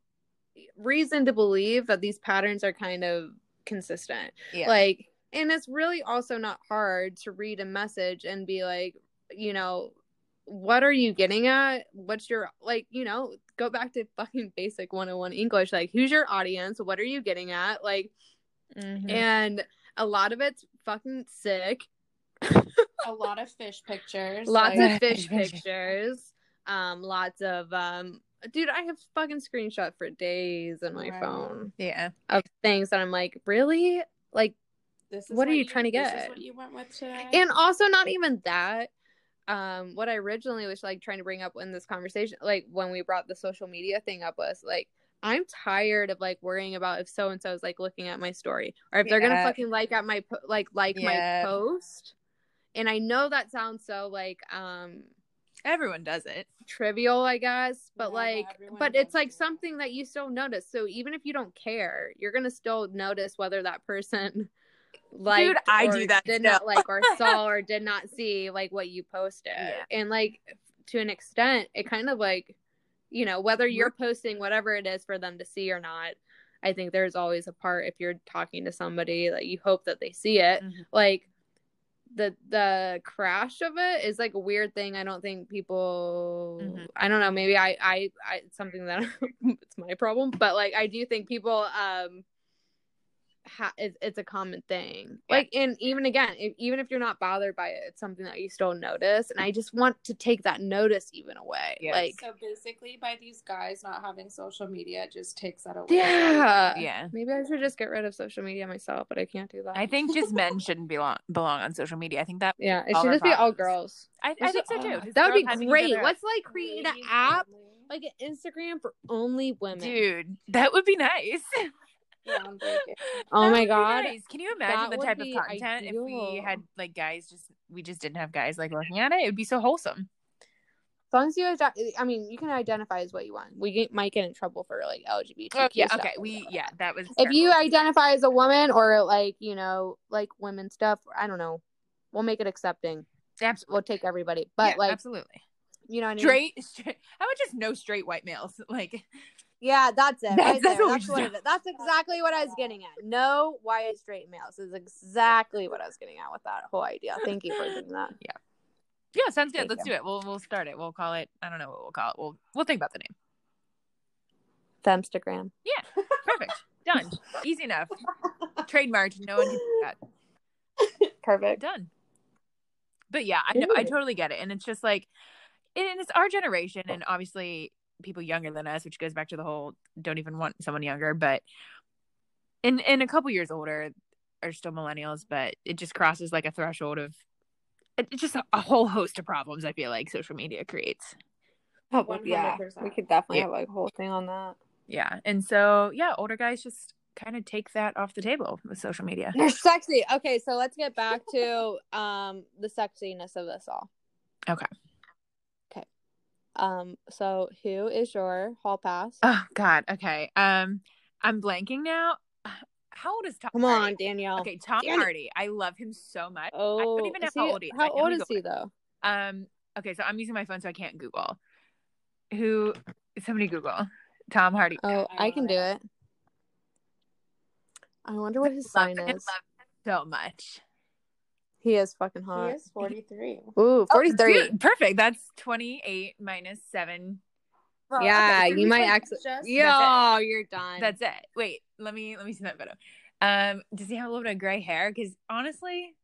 Speaker 1: reason to believe that these patterns are kind of consistent.
Speaker 2: yeah.
Speaker 1: Like, and it's really also not hard to read a message and be like, you know. What are you getting at? What's your like, you know, go back to fucking basic 101 English. Like, who's your audience? What are you getting at? Like,
Speaker 2: Mhm.
Speaker 1: and a lot of it's fucking sick.
Speaker 3: a lot of fish pictures.
Speaker 1: Lots
Speaker 3: like-
Speaker 1: of fish
Speaker 2: Fish.
Speaker 1: pictures. Um, lots of um, dude, I have fucking screenshot for days on my
Speaker 3: Wow.
Speaker 1: phone
Speaker 2: yeah.
Speaker 1: of things that I'm like, really? Like,
Speaker 3: This
Speaker 1: What are you trying to
Speaker 3: This is
Speaker 1: get?
Speaker 3: what you went with today.
Speaker 1: and also not even that. Um, what I originally was like trying to bring up in this conversation, like when we brought the social media thing up, was like. I'm tired of like worrying about if so and so is like looking at my story or if they're gonna
Speaker 2: Yeah.
Speaker 1: fucking like at my po- like like
Speaker 2: Yeah.
Speaker 1: my post. And I know that sounds so like um
Speaker 2: Everyone does it.
Speaker 1: trivial, I guess, but
Speaker 3: No, but
Speaker 1: like,
Speaker 3: everyone
Speaker 1: but it's
Speaker 3: does
Speaker 1: like
Speaker 3: it.
Speaker 1: something that you still notice. So even if you don't care, you're gonna still notice whether that person like
Speaker 2: I do that
Speaker 1: did
Speaker 2: still.
Speaker 1: not like or saw or did not see like what you posted,
Speaker 2: Yeah.
Speaker 1: and like to an extent, it kind of like you know whether you're posting whatever it is for them to see or not. I think there's always a part if you're talking to somebody that you hope that they see it,
Speaker 2: Mhm.
Speaker 1: like the the crash of it is like a weird thing i don't think people
Speaker 2: Mhm.
Speaker 1: i don't know maybe i i, I it's something that it's my problem but like i do think people um ha- it's, it's a common thing
Speaker 2: Yeah.
Speaker 1: like and even again if, even if you're not bothered by it it's something that you still notice and i just want to take that notice even away
Speaker 2: Yes.
Speaker 1: like
Speaker 3: so basically, by these guys not having social media, it just takes that away.
Speaker 1: yeah
Speaker 2: Yeah.
Speaker 1: maybe i should just get rid of social media myself but i can't do that
Speaker 2: I think just men shouldn't belong belong on social media. I think that
Speaker 1: yeah it
Speaker 2: all
Speaker 1: should
Speaker 2: our
Speaker 1: just be all
Speaker 2: problems.
Speaker 1: girls
Speaker 2: I, I
Speaker 1: Just-
Speaker 2: think so too.
Speaker 1: oh,
Speaker 2: Just
Speaker 1: that would
Speaker 2: girls
Speaker 1: be
Speaker 2: hyping each
Speaker 1: great
Speaker 2: other up.
Speaker 1: let's like create an app like an Instagram for only women.
Speaker 2: Dude, that would be nice.
Speaker 3: Groundbreaking.
Speaker 1: Oh my
Speaker 2: That would be
Speaker 1: God.
Speaker 2: nice. Can you imagine
Speaker 1: That
Speaker 2: the
Speaker 1: would
Speaker 2: type of
Speaker 1: be
Speaker 2: content if we
Speaker 1: ideal.
Speaker 2: had like guys just we just didn't have guys like looking at it? It would be so wholesome.
Speaker 1: As long as you, ident- I mean, you can identify as what you want. We get, might get in trouble for like LGBTQ.
Speaker 2: Oh, yeah,
Speaker 1: stuff
Speaker 2: okay.
Speaker 1: or
Speaker 2: We
Speaker 1: whatever.
Speaker 2: yeah, that was
Speaker 1: If you
Speaker 2: terrible.
Speaker 1: identify as a woman or like you know like women stuff, I don't know. We'll make it accepting.
Speaker 2: Abs-
Speaker 1: We'll take everybody, but
Speaker 2: yeah,
Speaker 1: like
Speaker 2: absolutely.
Speaker 1: you know what I mean.
Speaker 2: Straight, straight how about just no straight white males? Like
Speaker 1: Yeah, that's it.
Speaker 2: That's-
Speaker 1: right
Speaker 2: that's
Speaker 1: there.
Speaker 2: what we
Speaker 1: That's,
Speaker 2: just
Speaker 1: what
Speaker 2: did.
Speaker 1: it is. that's exactly what I was getting at. No white straight males is exactly what I was getting at with that whole idea. Thank you for doing that.
Speaker 2: Yeah, sounds good.
Speaker 1: Thank
Speaker 2: Let's
Speaker 1: you.
Speaker 2: do it. We'll we'll start it. We'll call it I don't know what we'll call it. We'll we'll think about the name.
Speaker 1: Femstagram.
Speaker 2: Perfect. Done. Easy enough. Trademarked. No one can do that.
Speaker 1: Perfect.
Speaker 2: Done. But yeah, I know I totally get it. And it's just like and it's our generation and obviously people younger than us, which goes back to the whole don't even want someone younger, but in in a couple years older are still millennials, but it just crosses like a threshold of it- it's just a, a whole host of problems I feel like social media creates.
Speaker 1: Oh, yeah,
Speaker 3: 100%.
Speaker 1: we could definitely
Speaker 2: Yeah.
Speaker 1: have like a whole thing on that.
Speaker 2: Yeah. And so, yeah, older guys just kind of take that off the table with social media.
Speaker 1: You're sexy. Okay, so let's get back to um the sexiness of this all.
Speaker 2: Okay.
Speaker 1: Okay. Um, so who is your hall pass?
Speaker 2: Oh God. Okay. Um, I'm blanking now. How old is Tom?
Speaker 1: Come
Speaker 2: Hardy?
Speaker 1: on, Danielle.
Speaker 2: Okay, Tom
Speaker 1: Damn it.
Speaker 2: Hardy. I love him so much.
Speaker 1: Oh,
Speaker 2: even know
Speaker 1: is
Speaker 2: how
Speaker 1: he-
Speaker 2: old he is. I
Speaker 1: How
Speaker 2: know
Speaker 1: old
Speaker 2: he's
Speaker 1: is he though?
Speaker 2: Um. Okay, so I'm using my phone, so I can't Google. Who? Somebody Google Tom Hardy.
Speaker 1: Oh, I can do it. I wonder what his sign
Speaker 2: Love him
Speaker 1: is.
Speaker 2: so much.
Speaker 1: He is fucking
Speaker 3: He
Speaker 1: hot.
Speaker 3: is 43.
Speaker 1: Ooh,
Speaker 2: Oh,
Speaker 1: 43.
Speaker 2: dude, perfect. That's 28 minus seven.
Speaker 1: yeah,
Speaker 3: Okay, so
Speaker 1: you
Speaker 3: he's,
Speaker 1: might
Speaker 3: like,
Speaker 1: actually.
Speaker 3: just-
Speaker 1: Yo, you're done.
Speaker 2: That's it. Wait, let me let me see that photo. Um, does he have a little bit of gray hair? Because honestly,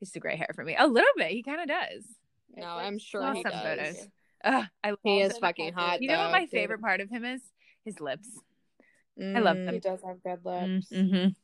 Speaker 2: it's the gray hair for me. A little bit. He kind of does.
Speaker 3: It's,
Speaker 1: No,
Speaker 3: like,
Speaker 1: I'm sure
Speaker 2: Saw
Speaker 1: he
Speaker 2: some
Speaker 1: does.
Speaker 2: photos. Ugh, I love
Speaker 1: He
Speaker 2: him.
Speaker 1: is fucking hot.
Speaker 2: You know what
Speaker 1: though,
Speaker 2: my
Speaker 1: dude.
Speaker 2: favorite part of him is? His lips. I love
Speaker 3: He
Speaker 1: Mm.
Speaker 3: does have good
Speaker 2: Mm,
Speaker 3: lips.
Speaker 1: Mm-hmm.
Speaker 2: mhm.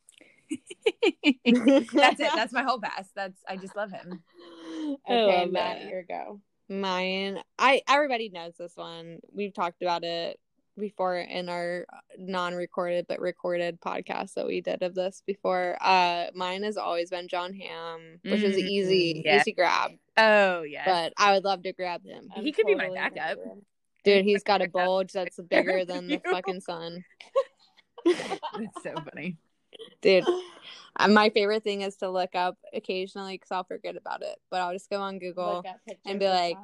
Speaker 2: That's it. That's my whole pass. That's I just love him.
Speaker 1: I
Speaker 3: Okay,
Speaker 1: love
Speaker 3: Matt,
Speaker 1: that.
Speaker 3: your go.
Speaker 1: Mine. I everybody knows this one. We've talked about it before in our non-recorded but recorded podcast that we did of this before. Uh mine has always been John Hamm, which is
Speaker 2: Mm,
Speaker 1: easy,
Speaker 2: yeah.
Speaker 1: easy grab.
Speaker 2: Oh yes.
Speaker 1: But I would love to grab him.
Speaker 2: He could be my backup.
Speaker 3: with you.
Speaker 1: Dude, he's got a
Speaker 2: Backup
Speaker 1: bulge that's bigger than the
Speaker 2: you.
Speaker 1: fucking sun.
Speaker 2: That's so funny.
Speaker 1: Dude, uh, my favorite thing is to look up occasionally because I'll forget about it. But I'll just go on Google
Speaker 3: Look at pictures
Speaker 1: and be
Speaker 3: of
Speaker 1: like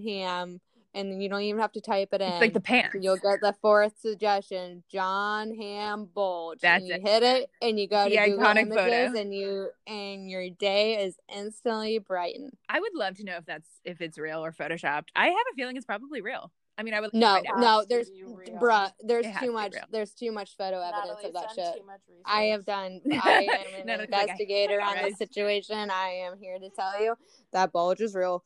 Speaker 1: John
Speaker 3: Hamm.
Speaker 1: Ham, and then you don't even have to type it in.
Speaker 2: It's like the pants.
Speaker 1: You'll get the fourth suggestion, John Ham Bulge.
Speaker 2: That's
Speaker 1: and you
Speaker 2: it.
Speaker 1: hit it, and you go to
Speaker 2: The
Speaker 1: Google
Speaker 2: iconic
Speaker 1: Images,
Speaker 2: photo.
Speaker 1: and you and your day is instantly brightened.
Speaker 2: I would love to know if that's if it's real or photoshopped. I have a feeling it's probably real. I mean, I would.
Speaker 1: No,
Speaker 2: find out.
Speaker 1: no,
Speaker 3: has to
Speaker 1: there's
Speaker 3: be real.
Speaker 1: bruh, there's
Speaker 2: It has to
Speaker 1: too
Speaker 2: be
Speaker 1: much,
Speaker 2: real.
Speaker 1: there's too much photo evidence
Speaker 3: Natalie's
Speaker 1: of that
Speaker 3: done
Speaker 1: shit.
Speaker 3: too much research.
Speaker 1: I have done. I am an
Speaker 2: Natalie's like, I
Speaker 1: investigator on
Speaker 2: guys.
Speaker 1: this situation. I am here to tell you that bulge is real.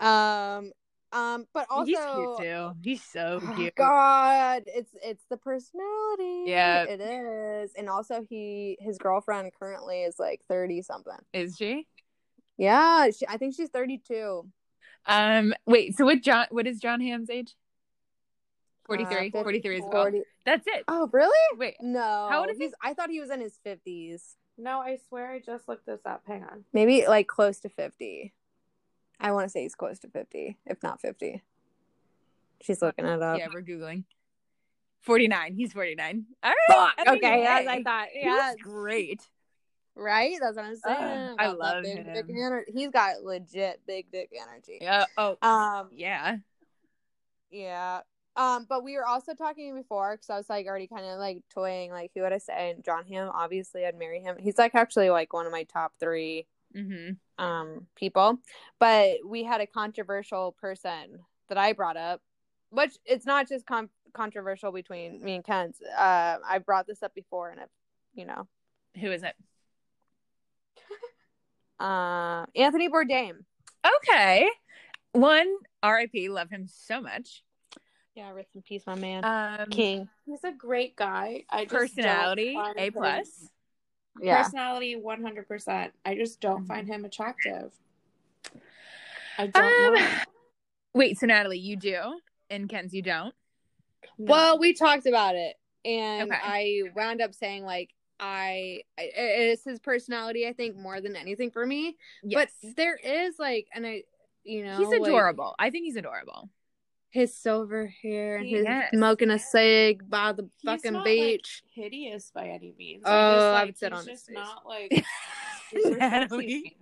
Speaker 1: Um, um, but also,
Speaker 2: he's cute too. He's so
Speaker 1: Oh,
Speaker 2: cute.
Speaker 1: God, it's it's the personality.
Speaker 2: Yeah.
Speaker 1: it is. And also, he his girlfriend currently is like thirty something.
Speaker 2: Is she?
Speaker 1: Yeah, she, I think she's Uh, thirty two.
Speaker 2: Um. Wait. So what? John. What is John Ham's age? 43.
Speaker 1: 50,
Speaker 2: 43 as well.
Speaker 1: 40.
Speaker 2: That's it.
Speaker 1: Oh, really?
Speaker 2: Wait.
Speaker 1: No,
Speaker 2: old is he?
Speaker 1: he's, I thought he was in his fifties,
Speaker 3: No, I swear I just looked this up. Hang on.
Speaker 1: maybe like close to fifty. I want to say he's close to fifty, if not fifty. She's looking it up.
Speaker 2: Yeah, we're googling. Forty nine. He's forty nine. All right.
Speaker 1: Fuck. Okay, as I thought. Yeah,
Speaker 2: That's great.
Speaker 1: right. That's what I'm saying.
Speaker 2: Ugh,
Speaker 1: about
Speaker 2: I
Speaker 1: that
Speaker 2: love
Speaker 1: big dick
Speaker 2: him.
Speaker 1: ener- He's got legit big dick energy.
Speaker 2: Yeah. Oh.
Speaker 1: Um.
Speaker 2: Yeah.
Speaker 1: Yeah. Um, but we were also talking before because I was like already kind of like toying, like who would I say? And John Hamm, obviously, I'd marry him. He's like actually like one of my top three
Speaker 2: Mm-hmm.
Speaker 1: um people. But we had a controversial person that I brought up, which it's not just con- controversial between me and Ken's. Uh, I brought this up before, and it, you know,
Speaker 2: Who is it?
Speaker 1: uh, Anthony Bourdain.
Speaker 2: Okay. One R.I.P. Love him so much.
Speaker 1: Yeah, rest in peace, my man.
Speaker 2: Um,
Speaker 1: King.
Speaker 3: He's a great guy. I just don't
Speaker 2: personality
Speaker 3: find
Speaker 2: A
Speaker 3: him-
Speaker 2: plus.
Speaker 1: Yeah. Mm-hmm.
Speaker 3: Personality 100%. I just don't find him attractive. I
Speaker 2: Um,
Speaker 3: don't know.
Speaker 2: Wait, so Natalie, you do, and Ken's, you don't.
Speaker 1: Well, we talked about it, and
Speaker 2: Okay.
Speaker 1: I wound up saying like I, I it is his personality. I think more than anything for me, but there is like, and I, you know,
Speaker 2: he's
Speaker 1: like,
Speaker 2: adorable. I think he's adorable.
Speaker 1: his silver hair and
Speaker 2: He
Speaker 1: his
Speaker 2: is.
Speaker 1: smoking a cig by the
Speaker 3: He's
Speaker 1: fucking
Speaker 3: not,
Speaker 1: beach.
Speaker 3: Like, hideous by any means.
Speaker 1: Oh,
Speaker 3: I'm just,
Speaker 1: I
Speaker 3: like,
Speaker 1: would sit
Speaker 3: he's
Speaker 1: on his
Speaker 3: just
Speaker 1: face.
Speaker 3: not like. super
Speaker 2: Natalie.
Speaker 3: sexy.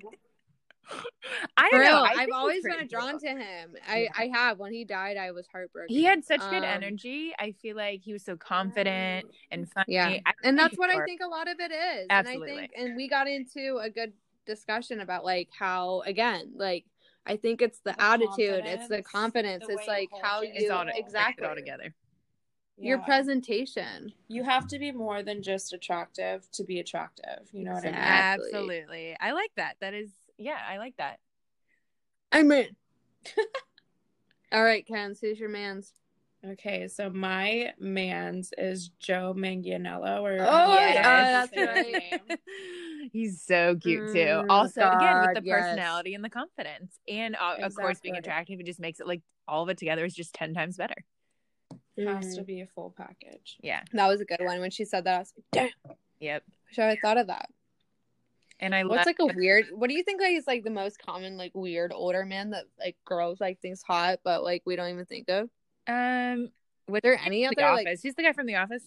Speaker 2: I
Speaker 1: For
Speaker 2: don't
Speaker 1: real,
Speaker 2: know. I
Speaker 1: I've
Speaker 2: think he's
Speaker 1: always
Speaker 2: pretty
Speaker 1: been drawn to
Speaker 2: adorable.
Speaker 1: him. I, I have. When he died, I was heartbroken.
Speaker 2: He had such good
Speaker 1: Um, Mm,
Speaker 2: energy. I feel like he was so confident and funny.
Speaker 1: Yeah.
Speaker 2: I
Speaker 1: and that's
Speaker 2: he's
Speaker 1: what I
Speaker 2: adorable.
Speaker 1: think a lot of it is.
Speaker 2: Absolutely.
Speaker 1: And I think, and we got into a good discussion about like how, again, like I think it's the,
Speaker 3: The
Speaker 1: attitude, it's the confidence,
Speaker 3: confidence, the way
Speaker 1: it's
Speaker 3: you
Speaker 1: like
Speaker 3: hold
Speaker 1: how
Speaker 3: it.
Speaker 1: you
Speaker 2: It's all
Speaker 1: exactly
Speaker 2: exactly all together.
Speaker 1: your
Speaker 3: Yeah.
Speaker 1: presentation.
Speaker 3: You have to be more than just attractive to be attractive. You know what I mean?
Speaker 1: Exact- Exactly.
Speaker 2: Absolutely. I like that. That is yeah. I like that.
Speaker 1: I'm in. All right, Ken, who's your man's?
Speaker 3: Okay, so my man's is Joe Manganiello. Or
Speaker 1: Oh,
Speaker 3: I don't know
Speaker 1: yeah,
Speaker 3: if you
Speaker 1: that's
Speaker 3: say his name.
Speaker 2: He's so cute too.
Speaker 1: Mm,
Speaker 2: also, again, with
Speaker 1: God,
Speaker 2: the
Speaker 1: yes.
Speaker 2: personality and the confidence, and uh, of course being
Speaker 3: Exactly.
Speaker 2: attractive, it just makes it like all of it together is just ten times better.
Speaker 3: Has to
Speaker 1: Mm.
Speaker 3: be a full package.
Speaker 2: Yeah.
Speaker 1: That was a good one. When she said that, I was like, damn,
Speaker 2: Yep.
Speaker 1: wish I had thought of that.
Speaker 2: and I
Speaker 1: What's
Speaker 2: left.
Speaker 1: like a weird? What do you think like is like the most common like weird older man that like girls like thinks hot, but like we don't even think of?
Speaker 2: um
Speaker 1: Are there any
Speaker 2: the
Speaker 1: other
Speaker 2: office.
Speaker 1: like?
Speaker 2: He's the guy from the office.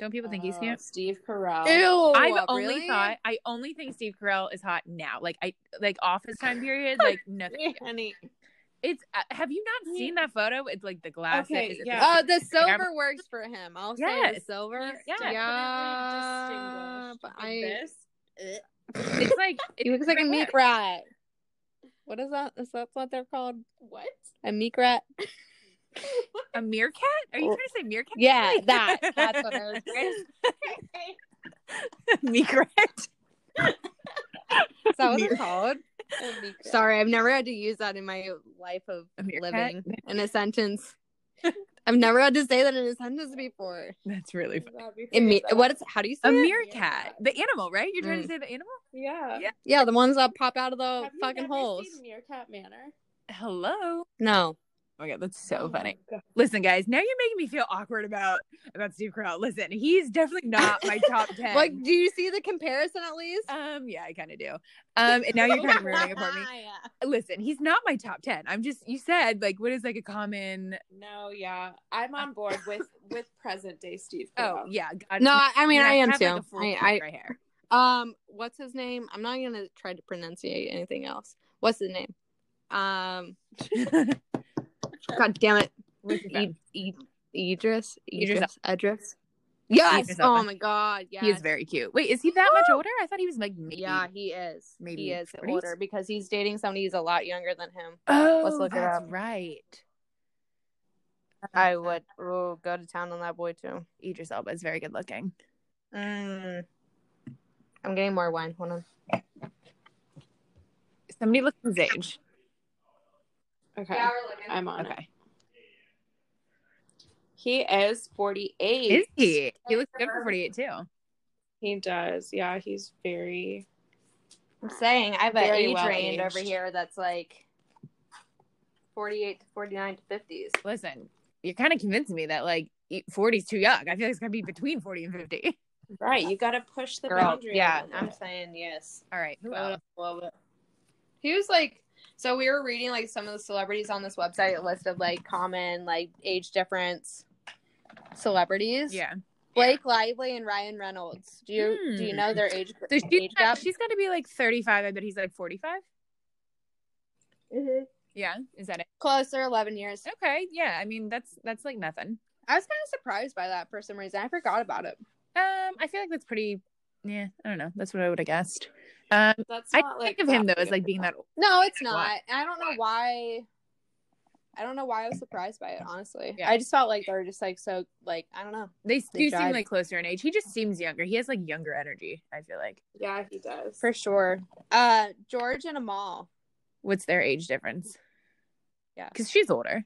Speaker 2: Don't people think he's
Speaker 3: Oh,
Speaker 2: cute?
Speaker 3: Steve Carell.
Speaker 1: Ew,
Speaker 2: I've only
Speaker 1: Oh, really?
Speaker 2: thought I only think Steve Carell is hot now. Like I like office time period. Like nothing.
Speaker 1: Honey.
Speaker 2: It's uh, have you not seen that photo? It's like the glasses.
Speaker 3: Okay,
Speaker 2: it's
Speaker 3: yeah.
Speaker 1: Oh, the
Speaker 2: Like, I'm-
Speaker 1: silver works for him. I'll say the
Speaker 2: Yes.
Speaker 1: silver.
Speaker 2: Yeah.
Speaker 1: yeah.
Speaker 3: Distinguished
Speaker 1: But
Speaker 3: with
Speaker 1: I,
Speaker 3: this.
Speaker 2: It's like
Speaker 1: he looks like a meat rat. What is that? Is that what they're called?
Speaker 3: What?
Speaker 1: A meat rat?
Speaker 2: a meerkat. Are you trying to say meerkat?
Speaker 1: Yeah, that. That's what I was trying to
Speaker 2: meerkat.
Speaker 1: Is that what
Speaker 2: Meer-
Speaker 1: they're called? Sorry, I've never had to use that in my life of
Speaker 2: A meerkat?
Speaker 1: living in a sentence. I've never had to say that in a sentence before.
Speaker 2: That's really funny.
Speaker 3: That'd be
Speaker 1: It me-
Speaker 3: pretty
Speaker 1: what is? How do you say?
Speaker 2: A
Speaker 1: it?
Speaker 2: meerkat, the animal, right? You're
Speaker 1: Mm.
Speaker 2: trying to say the animal.
Speaker 3: bad. Yeah.
Speaker 2: Yeah.
Speaker 1: Yeah, the ones that pop out of the
Speaker 3: Have you
Speaker 1: fucking
Speaker 3: never
Speaker 1: holes.
Speaker 3: Seen Meerkat Manor.
Speaker 2: Hello. Oh
Speaker 1: No.
Speaker 2: my god, that's so
Speaker 3: Oh my
Speaker 2: funny.
Speaker 3: God.
Speaker 2: Listen, guys, now you're making me feel awkward about about Steve Carell. Listen, he's definitely not my top ten.
Speaker 1: Like, do you see the comparison at least?
Speaker 2: Um, yeah, I kind of do. Um, and now you're kind of ruining it for me. Listen, he's not my top ten. I'm just you said like what is like a common?
Speaker 3: No, yeah, I'm on board with with present day Steve.
Speaker 2: Oh
Speaker 3: Carell.
Speaker 2: yeah, God,
Speaker 1: No, I, I mean
Speaker 2: yeah,
Speaker 1: I am
Speaker 2: have,
Speaker 1: too.
Speaker 2: like, a full head of
Speaker 1: I,
Speaker 2: gray hair.
Speaker 1: I um, what's his name? I'm not gonna try to pronunciate anything else. What's his name? Um, God damn it,
Speaker 2: Where's your
Speaker 1: E-
Speaker 2: phone?
Speaker 1: E- Idris,
Speaker 2: Idris
Speaker 1: Idris, Idris. Yes.
Speaker 2: Idris
Speaker 1: oh
Speaker 2: Elba.
Speaker 1: my God. Yes.
Speaker 2: He is very cute. Wait, is he that much older? I thought he was like maybe.
Speaker 1: Yeah, he is.
Speaker 2: Maybe
Speaker 1: he is
Speaker 2: 40s?
Speaker 1: older because he's dating somebody who's a lot younger than him.
Speaker 2: Oh,
Speaker 1: Let's look it
Speaker 2: that's
Speaker 1: up.
Speaker 2: Right,
Speaker 1: I would oh, go to town on that boy too.
Speaker 2: Idris Elba is very good looking.
Speaker 1: I'm getting more wine. Hold on.
Speaker 2: Somebody look at his age.
Speaker 3: Okay, I'm on it.
Speaker 2: Okay,
Speaker 3: He is 48.
Speaker 2: is he? He looks good for forty-eight too.
Speaker 3: He does. Yeah, he's very.
Speaker 1: I'm saying I have an
Speaker 3: Very
Speaker 1: age
Speaker 3: well
Speaker 1: range over
Speaker 3: aged.
Speaker 1: here that's like 48 to 49 to 50s.
Speaker 2: Listen, you're kind of convincing me that like e, forty's too young. I feel like it's gonna be between forty and fifty.
Speaker 3: Right, you got to push the
Speaker 1: Girl,
Speaker 3: boundary. a
Speaker 1: yeah,
Speaker 3: little
Speaker 1: I'm
Speaker 3: bit.
Speaker 1: saying yes.
Speaker 2: All right, who
Speaker 1: I
Speaker 2: else?
Speaker 1: would love it. He was like, so we were reading like some of the celebrities on this website, a list of like common like age difference celebrities.
Speaker 2: Yeah.
Speaker 1: Blake Lively and Ryan Reynolds. Do you do you
Speaker 2: Hmm.
Speaker 1: know their age,
Speaker 2: So she's,
Speaker 1: age gap?
Speaker 2: she's got to be like 35. I bet he's like 45. Yeah. Is that it?
Speaker 1: Closer, eleven years.
Speaker 2: Okay. Yeah. I mean, that's that's like nothing.
Speaker 1: I was kind of surprised by that for some reason. I forgot about it.
Speaker 2: Um, I feel like that's pretty. Yeah. I don't know. That's what I would have guessed. Um,
Speaker 3: That's
Speaker 2: I
Speaker 3: not like
Speaker 2: think of him though
Speaker 3: that big
Speaker 2: as
Speaker 3: of
Speaker 2: like
Speaker 3: a
Speaker 2: being that.
Speaker 1: No, it's
Speaker 2: Why?
Speaker 1: not. I don't know why. I don't know why I was surprised by it. Honestly,
Speaker 2: Yeah.
Speaker 1: I just felt like they were just like so like I don't know.
Speaker 2: They do
Speaker 1: They
Speaker 2: seem
Speaker 1: jive.
Speaker 2: like closer in age. He just seems younger. He has like younger energy. I feel like.
Speaker 3: Yeah, he does.
Speaker 1: For sure. Uh, George and Amal.
Speaker 2: What's their age difference?
Speaker 1: Yeah.
Speaker 2: Because she's older.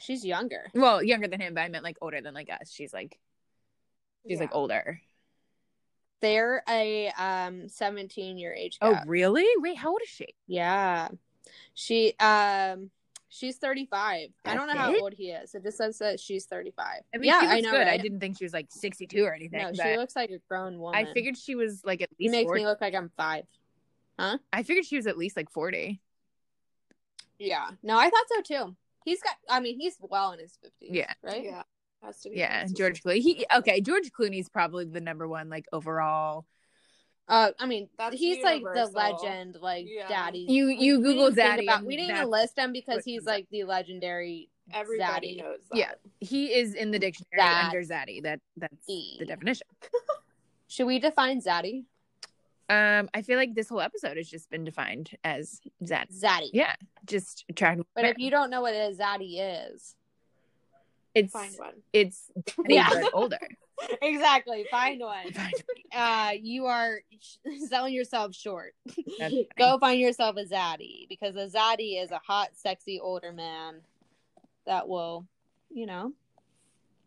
Speaker 1: She's younger.
Speaker 2: Well, younger than him, but I meant like older than like us. She's like she's like
Speaker 3: Yeah.
Speaker 2: older.
Speaker 1: They're a um 17 year age gap.
Speaker 2: Oh, really? Wait, how old is she?
Speaker 1: Yeah. She um she's 35. I don't know
Speaker 2: That's
Speaker 1: how
Speaker 2: it?
Speaker 1: old he is. It just says that she's 35.
Speaker 2: I mean,
Speaker 1: yeah,
Speaker 2: she looks
Speaker 1: I know.
Speaker 2: good. I
Speaker 1: right?
Speaker 2: didn't think she was like 62 or anything.
Speaker 1: No,
Speaker 2: but...
Speaker 1: she looks like a grown woman.
Speaker 2: I figured she was like at
Speaker 1: he
Speaker 2: least
Speaker 1: makes
Speaker 2: 40.
Speaker 1: me look like I'm 5.
Speaker 2: I figured she was at least like 40.
Speaker 1: Yeah. No, I thought so too. He's got I mean, he's well in his 50s,
Speaker 2: Yeah.
Speaker 1: right?
Speaker 3: Yeah, has to be
Speaker 2: Yeah,
Speaker 3: close to
Speaker 2: George Clooney. He okay, George Clooney's probably the number one like overall.
Speaker 1: Uh I mean,
Speaker 3: That's
Speaker 1: he's like the
Speaker 3: universal.
Speaker 1: legend, like
Speaker 3: Yeah.
Speaker 1: daddy.
Speaker 2: You you
Speaker 1: we
Speaker 2: Google
Speaker 1: didn't think
Speaker 2: Daddy.
Speaker 1: about-
Speaker 2: and
Speaker 1: we didn't
Speaker 2: that's-
Speaker 1: even list him because
Speaker 2: what
Speaker 1: he's
Speaker 2: comes up.
Speaker 1: like the legendary
Speaker 3: Everybody
Speaker 1: Zaddy.
Speaker 3: knows that.
Speaker 2: Yeah. He is in the dictionary
Speaker 1: Zaddy.
Speaker 2: under Zaddy. That that's
Speaker 1: E.
Speaker 2: the definition.
Speaker 1: Should we define Zaddy?
Speaker 2: Um, I feel like this whole episode has just been defined as Zaddy.
Speaker 1: Zaddy.
Speaker 2: Yeah, just attractive.
Speaker 1: But if you don't know what a Zaddy is,
Speaker 2: it's
Speaker 3: Find one.
Speaker 2: it's daddy,
Speaker 1: Yeah.
Speaker 2: but older.
Speaker 1: exactly, find one.
Speaker 2: Find
Speaker 1: Uh, you are selling yourself short.
Speaker 2: That's funny.
Speaker 1: Go find yourself a zaddy because a zaddy is a hot, sexy older man that will, you know,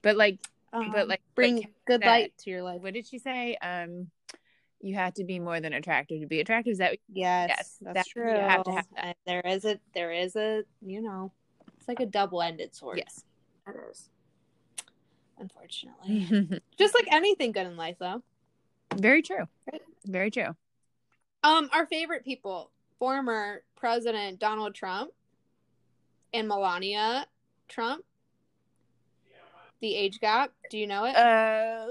Speaker 2: But like,
Speaker 1: um,
Speaker 2: but like,
Speaker 1: bring
Speaker 2: like,
Speaker 1: good
Speaker 2: that-
Speaker 1: light to your life.
Speaker 2: what did she say? Um, you have to be more than attractive to be attractive. Is that what
Speaker 1: Yes,
Speaker 2: Yes,
Speaker 1: that's
Speaker 2: that-
Speaker 1: true.
Speaker 2: you have to have that.
Speaker 1: And there is a, there is a, you know, it's like a double-ended sword.
Speaker 2: Yes.
Speaker 3: That is.
Speaker 1: unfortunately, just like anything good in life, though.
Speaker 2: Very true. Very true.
Speaker 1: Um, our favorite people: former President Donald Trump and Melania Trump. The age gap. Do you know it?
Speaker 2: Uh,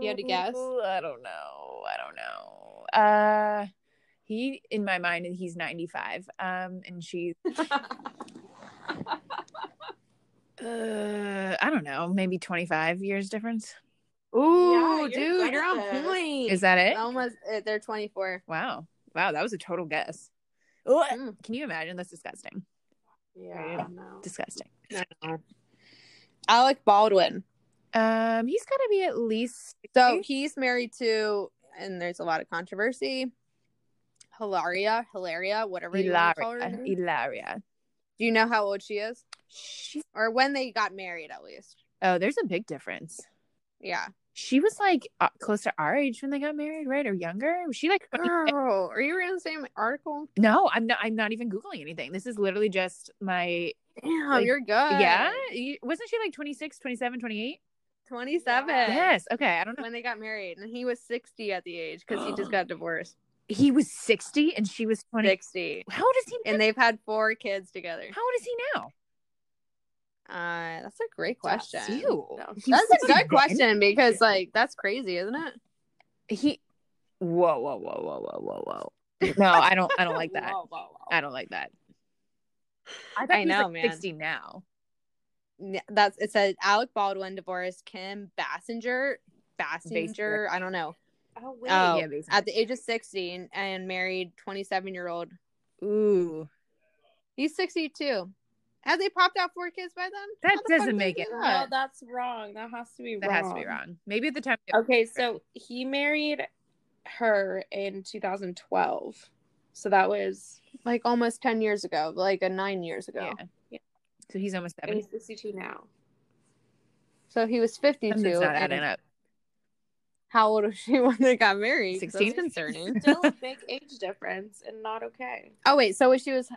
Speaker 1: You had to guess?
Speaker 2: I don't know. I don't know. Uh, he in my mind he's 95. Um, and she. Uh, I don't know. Maybe 25 years difference.
Speaker 1: Uh, Ooh,
Speaker 3: you're
Speaker 1: dude, you're on
Speaker 3: close.
Speaker 1: point.
Speaker 2: Is that it?
Speaker 1: Almost. uh, They're 24.
Speaker 2: Wow. Wow, that was a total guess. Ugh.
Speaker 1: Mm.
Speaker 2: Can you imagine? That's disgusting.
Speaker 3: Yeah.
Speaker 1: No.
Speaker 2: Disgusting.
Speaker 1: No. Alec Baldwin.
Speaker 2: Um, he's got to be at least
Speaker 1: So he's married to, and there's a lot of controversy. Hilaria, Hilaria, whatever you want to call her.
Speaker 2: Ilaria.
Speaker 1: name.
Speaker 2: Ilaria.
Speaker 1: Do you know how old she is,
Speaker 2: She's
Speaker 1: or when they got married, at least?
Speaker 2: oh, there's a big difference.
Speaker 1: Yeah.
Speaker 2: She was like uh, close to our age when they got married, right? Or younger? Was she like? 20
Speaker 1: Girl, are you reading the same article?
Speaker 2: No, I'm not. I'm not even googling anything. This is literally just my.
Speaker 1: Damn,
Speaker 2: Like,
Speaker 1: Oh, you're good.
Speaker 2: Yeah, You- wasn't she like 26, 27, 28?
Speaker 1: 27.
Speaker 2: Yes. Okay, I don't know.
Speaker 1: When they got married, and he was 60 at the age because he just got divorced.
Speaker 2: He was sixty and she was twenty.
Speaker 1: 60.
Speaker 2: How old is he?
Speaker 1: And they've had four kids together.
Speaker 2: How old is he now?
Speaker 1: Uh, that's a great
Speaker 2: That's
Speaker 1: question.
Speaker 2: you.
Speaker 1: No,
Speaker 2: He
Speaker 1: That's
Speaker 2: was
Speaker 1: a good
Speaker 2: again?
Speaker 1: question because, like, that's crazy, isn't it?
Speaker 2: He. Whoa! Whoa! Whoa! Whoa! Whoa! Whoa! Whoa! No, I don't. I don't like that.
Speaker 1: Whoa, whoa, whoa.
Speaker 2: I don't like that. I, thought
Speaker 1: I
Speaker 2: he was,
Speaker 1: know,
Speaker 2: like,
Speaker 1: man.
Speaker 2: Sixty now.
Speaker 1: Yeah, that's it says Alec Baldwin divorced Kim Bassinger. Bassinger, I don't know.
Speaker 3: Oh wait.
Speaker 1: Oh,
Speaker 2: yeah, basically.
Speaker 1: At the age of 60 and, and married 27 year old.
Speaker 2: Ooh,
Speaker 1: He's 62. Have they popped out four kids by then?
Speaker 2: That
Speaker 1: How the fuck
Speaker 2: doesn't
Speaker 1: did
Speaker 2: make
Speaker 1: they
Speaker 2: it-
Speaker 1: do
Speaker 3: no,
Speaker 1: that?
Speaker 3: that's wrong. That has to be
Speaker 2: that
Speaker 3: wrong.
Speaker 2: has to be wrong. Maybe at the time.
Speaker 3: Okay, so he married her in 2012. So that was
Speaker 1: Like almost 10 years ago, like a nine years ago.
Speaker 2: Yeah.
Speaker 3: Yeah.
Speaker 2: So he's almost
Speaker 3: and
Speaker 2: seventy.
Speaker 3: he's 62 now.
Speaker 1: So he was
Speaker 2: Something's
Speaker 1: 52.
Speaker 2: not adding
Speaker 1: And
Speaker 2: up.
Speaker 1: how old was she when they got married? 'Cause
Speaker 2: 16?
Speaker 1: That's concerning.
Speaker 3: Still a big age difference and not okay.
Speaker 1: oh, wait. So was she was.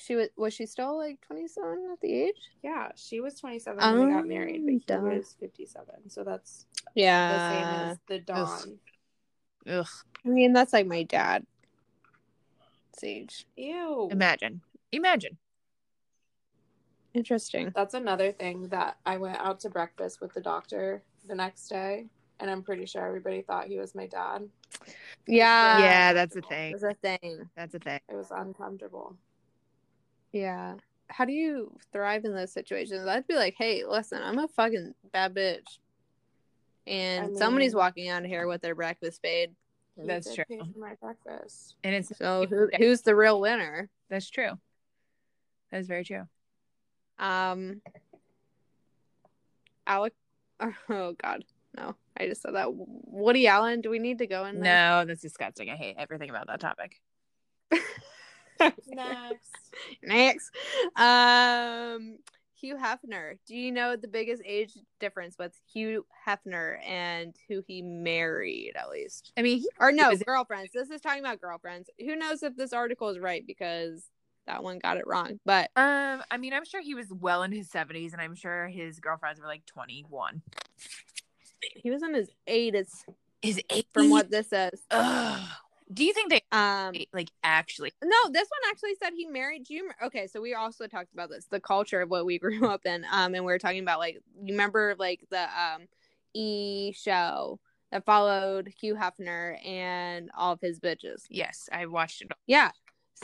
Speaker 1: She was was she still like twenty seven at the age?
Speaker 3: Yeah, she was 27 when they
Speaker 1: Oh,
Speaker 3: got married, but he
Speaker 1: duh.
Speaker 3: was 57. So that's the same
Speaker 1: Yeah,
Speaker 2: Uh,
Speaker 3: as the Dawn.
Speaker 2: Ugh.
Speaker 1: I mean that's like my dad's age.
Speaker 3: Ew.
Speaker 2: Imagine. Imagine.
Speaker 1: Interesting.
Speaker 3: That's another thing that I went out to breakfast with the doctor the next day, and I'm pretty sure everybody thought he was my dad.
Speaker 1: Yeah,
Speaker 2: yeah, that's a thing.
Speaker 1: is a thing.
Speaker 2: That's a thing.
Speaker 3: It was uncomfortable.
Speaker 1: Yeah. How do you thrive in those situations? I'd be like, hey, listen, I'm a fucking bad bitch, and
Speaker 3: I mean-
Speaker 1: somebody's walking out of here with their breakfast paid.
Speaker 3: He
Speaker 2: That's
Speaker 3: did
Speaker 2: true.
Speaker 3: pay for my breakfast.
Speaker 2: And it's
Speaker 1: So who, who's the real winner?
Speaker 2: that's true. That is very true.
Speaker 1: Um, Alec. Oh God, no! I just said that. Woody Allen. Do we need to go in? there?
Speaker 2: No, that's disgusting. I hate everything about that topic.
Speaker 3: Next.
Speaker 1: Next. Um, Hugh Hefner. Do you know the biggest age difference with Hugh Hefner and who he married, at least?
Speaker 2: I mean, he,
Speaker 1: Or no,
Speaker 2: Is it-
Speaker 1: girlfriends. This is talking about girlfriends. Who knows if this article is right because that one got it wrong. But
Speaker 2: um, I mean, I'm sure he was well in his 70s, and I'm sure his girlfriends were like 21.
Speaker 1: he was in his 80s
Speaker 2: Is eight
Speaker 1: from what this says.
Speaker 2: Ugh. Do you think they
Speaker 1: Um,
Speaker 2: like actually?
Speaker 1: No, this one actually said he married you. Okay, so we also talked about this, the culture of what we grew up in. Um, and we were talking about like you remember like the um E show that followed Hugh Hefner and all of his bitches.
Speaker 2: Yes, I watched it.
Speaker 1: Yeah.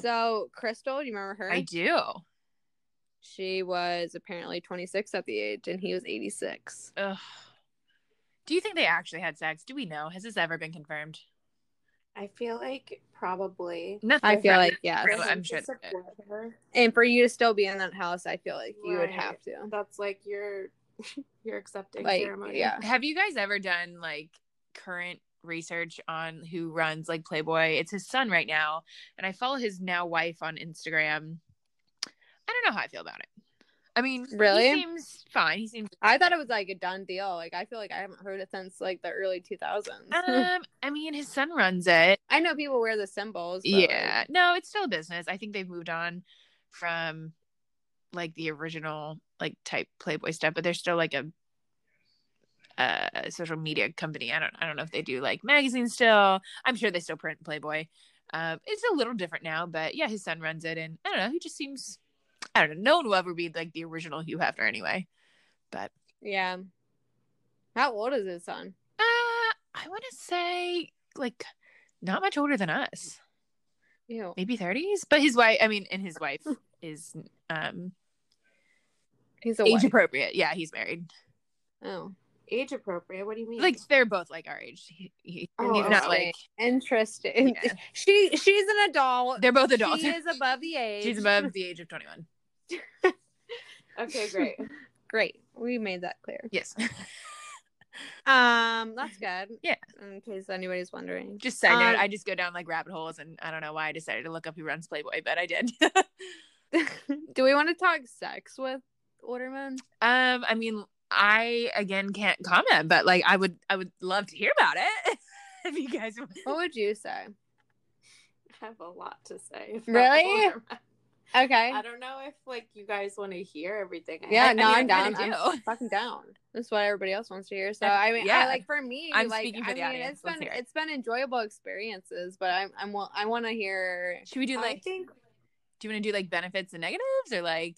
Speaker 1: So Crystal, you remember her?
Speaker 2: I do.
Speaker 1: She was apparently 26 at the age, and he was 86.
Speaker 2: Ugh. Do you think they actually had sex? Do we know? Has this ever been confirmed?
Speaker 3: I feel like probably.
Speaker 2: Nothing.
Speaker 1: I feel like yes.
Speaker 2: Really? I'm
Speaker 3: To
Speaker 2: sure-
Speaker 3: support her,
Speaker 1: And for you to still be in that house, I feel like you would
Speaker 3: Right.
Speaker 1: have to.
Speaker 3: That's like your your accepting
Speaker 1: Like,
Speaker 3: ceremony.
Speaker 1: yeah.
Speaker 2: Have you guys ever done like current research on who runs like Playboy? It's his son right now, and I follow his now wife on Instagram. I don't know how I feel about it. I mean,
Speaker 1: Really?
Speaker 2: he seems fine. He seems.
Speaker 1: I thought it was like a done deal. Like I feel like I haven't heard it since like the early 2000s.
Speaker 2: Um, I mean, his son runs it.
Speaker 1: I know people wear the symbols. but, like,
Speaker 2: yeah no it's still a business i think they've moved on from like the original like type playboy stuff but they're still like a uh social media company. I don't I don't know if they do like magazines still. I'm sure they still print Playboy. Uh, it's a little different now, but yeah, his son runs it, and I don't know. He just seems I don't know. No one will ever be like the original Hugh Hefner anyway. But
Speaker 1: Yeah. How old is his son?
Speaker 2: uh, I want to say like not much older than us,
Speaker 1: Ew.
Speaker 2: maybe 30s. But his wife, I mean, and his wife is um
Speaker 1: He's a
Speaker 2: age
Speaker 1: wife.
Speaker 2: appropriate. Yeah, he's married.
Speaker 1: Oh. Age appropriate. What do you mean?
Speaker 2: Like they're both like our age. He, he,
Speaker 1: Oh,
Speaker 2: he's not
Speaker 1: okay.
Speaker 2: like
Speaker 1: interesting.
Speaker 2: Yeah.
Speaker 1: She she's an adult.
Speaker 2: they're both adults.
Speaker 1: She is above the age.
Speaker 2: She's above the age of 21.
Speaker 1: Okay, great. great. We made that clear.
Speaker 2: Yes.
Speaker 1: Um, that's good.
Speaker 2: Yeah.
Speaker 1: In case anybody's wondering.
Speaker 2: Just side note,
Speaker 1: Um,
Speaker 2: I just go down like rabbit holes, and I don't know why I decided to look up who runs Playboy, but I did.
Speaker 1: do we want to talk sex with Orderman?
Speaker 2: um, I mean, I again can't comment, but like I would, I would love to hear about it. if you guys,
Speaker 1: What would you say?
Speaker 3: I have a lot to say.
Speaker 1: Really? Okay.
Speaker 3: I don't know if like you guys want to hear everything. I
Speaker 1: Yeah,
Speaker 3: have.
Speaker 1: no,
Speaker 2: I
Speaker 1: I'm
Speaker 2: mean, I
Speaker 1: down.
Speaker 2: kinda
Speaker 1: I'm
Speaker 2: do.
Speaker 1: fucking down. That's what everybody else wants to hear. So I mean, I
Speaker 2: Yeah.
Speaker 1: like for me,
Speaker 2: I'm
Speaker 1: like
Speaker 2: speaking for
Speaker 1: I
Speaker 2: the
Speaker 1: mean,
Speaker 2: audience.
Speaker 1: it's
Speaker 2: Let's
Speaker 1: been
Speaker 2: hear it.
Speaker 1: it's been enjoyable experiences, but I'm I'm wa- I want to hear.
Speaker 2: should we do
Speaker 3: I
Speaker 2: like?
Speaker 3: think
Speaker 2: do you want to do like benefits and negatives, or like?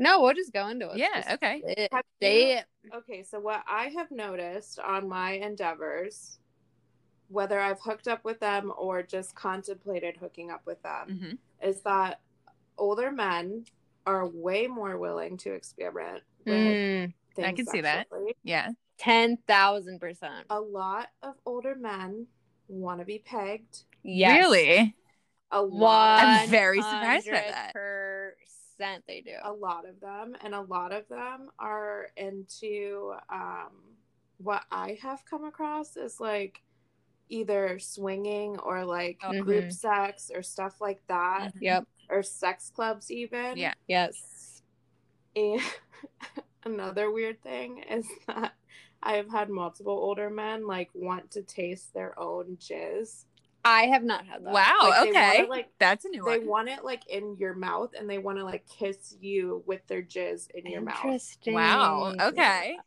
Speaker 1: No, we'll just go into it.
Speaker 2: yeah.
Speaker 1: Just
Speaker 2: okay.
Speaker 1: it.
Speaker 3: Have
Speaker 1: Say
Speaker 3: you-
Speaker 1: it.
Speaker 3: okay, so what I have noticed on my endeavors, whether I've hooked up with them or just contemplated hooking up with them,
Speaker 2: hmm
Speaker 3: is that older men are way more willing to experiment with
Speaker 2: Hmm.
Speaker 1: Mm,
Speaker 3: things.
Speaker 2: I can see that.
Speaker 3: sexually.
Speaker 2: Yeah.
Speaker 1: Ten thousand percent.
Speaker 3: A lot of older men want to be pegged.
Speaker 1: Yes.
Speaker 2: Really?
Speaker 3: A lot.
Speaker 1: One
Speaker 2: I'm very surprised by that.
Speaker 1: Percent they do.
Speaker 3: a lot of them and a lot of them are into um what i have come across is like either swinging or like
Speaker 2: Oh,
Speaker 1: Mhm.
Speaker 2: mm-hmm.
Speaker 3: group sex or stuff like that
Speaker 2: Mhm.
Speaker 1: Yep.
Speaker 3: or sex clubs even
Speaker 2: Yeah.
Speaker 1: Yes.
Speaker 3: and another weird thing is that i have had multiple older men like want to taste their own jizz
Speaker 1: I have not had that.
Speaker 2: Wow.
Speaker 3: Like, they
Speaker 2: Oh, okay.
Speaker 3: wanna, like
Speaker 2: That's a new
Speaker 3: they
Speaker 2: one.
Speaker 3: want it like in your mouth and they want to like kiss you with their jizz in your mouth
Speaker 1: Interesting.
Speaker 2: Wow. Okay.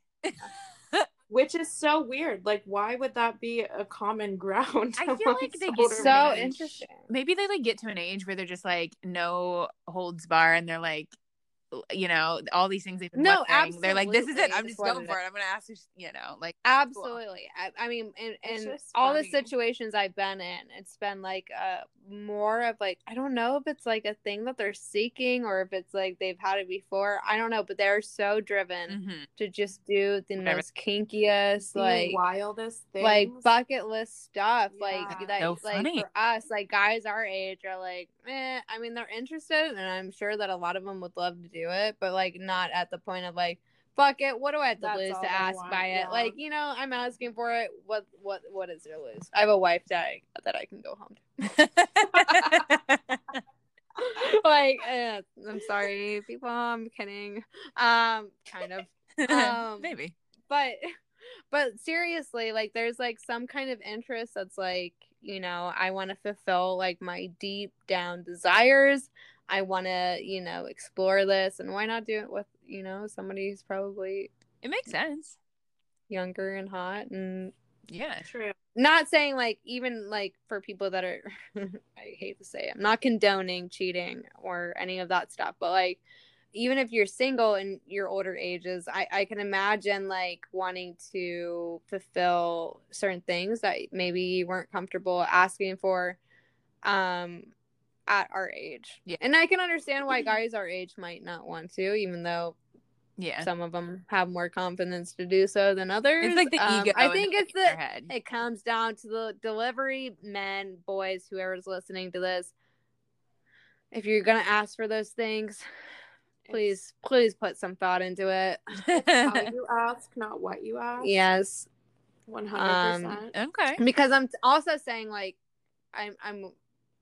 Speaker 3: which is so weird. Like, why would that be a common ground?
Speaker 2: I feel like
Speaker 3: amongst
Speaker 2: they get
Speaker 3: older
Speaker 1: So
Speaker 2: men.
Speaker 1: interesting.
Speaker 2: maybe they like get to an age where they're just like no holds bar and they're like you know all these things they've been
Speaker 1: No,
Speaker 2: wondering. they're like this is
Speaker 1: absolutely.
Speaker 2: it i'm
Speaker 1: It's
Speaker 2: just going
Speaker 1: what it
Speaker 2: for it i'm gonna ask you you know like
Speaker 1: Absolutely. I, I mean, and,
Speaker 3: It's
Speaker 1: and
Speaker 3: just
Speaker 1: all the
Speaker 3: funny.
Speaker 1: situations I've been in, it's been like uh, more of like, I don't know if it's like a thing that they're seeking or if it's like they've had it before. I don't know, but they're so driven
Speaker 3: Mm-hmm.
Speaker 2: mhm.
Speaker 1: to just do the
Speaker 2: Whatever.
Speaker 1: most kinkiest,
Speaker 3: the
Speaker 1: like,
Speaker 3: wildest things.
Speaker 1: like bucket list stuff. Like,
Speaker 3: Yeah.
Speaker 1: that,
Speaker 2: So
Speaker 1: like
Speaker 2: funny.
Speaker 1: for us, like guys our age are like, eh, I mean, they're interested and I'm sure that a lot of them would love to do it, but like not at the point of like, fuck it what do i have to
Speaker 3: That's
Speaker 1: lose
Speaker 3: all
Speaker 1: to
Speaker 3: they
Speaker 1: ask
Speaker 3: want,
Speaker 1: by it
Speaker 3: yeah.
Speaker 1: like you know i'm asking for it what what what is there to lose i have a wife that i, that I can go home to like eh, i'm sorry people i'm kidding um kind of Um,
Speaker 2: maybe
Speaker 1: but but seriously like there's like some kind of interest that's like you know i want to fulfill like my deep down desires i want to you know explore this and why not do it with you know somebody who's probably
Speaker 2: it makes sense
Speaker 1: younger and hot and
Speaker 2: yeah
Speaker 3: True.
Speaker 1: not saying like even like for people that are I hate to say it, I'm not condoning cheating or any of that stuff, but like even if you're single and your older ages, I, I can imagine like wanting to fulfill certain things that maybe you weren't comfortable asking for um at our age.
Speaker 2: Yeah.
Speaker 1: And I can understand why guys our age might not want to, even though
Speaker 2: yeah
Speaker 1: some of them have more confidence to do so than others.
Speaker 2: it's like the
Speaker 1: Um,
Speaker 2: ego
Speaker 1: I think it's the
Speaker 2: head.
Speaker 1: it comes down to the delivery men, boys, whoever's listening to this. If you're gonna ask for those things, please, please put some thought into it.
Speaker 3: How you ask, not what you ask.
Speaker 1: Yes,
Speaker 3: One hundred percent.
Speaker 2: okay
Speaker 1: because I'm also saying like, I'm, I'm,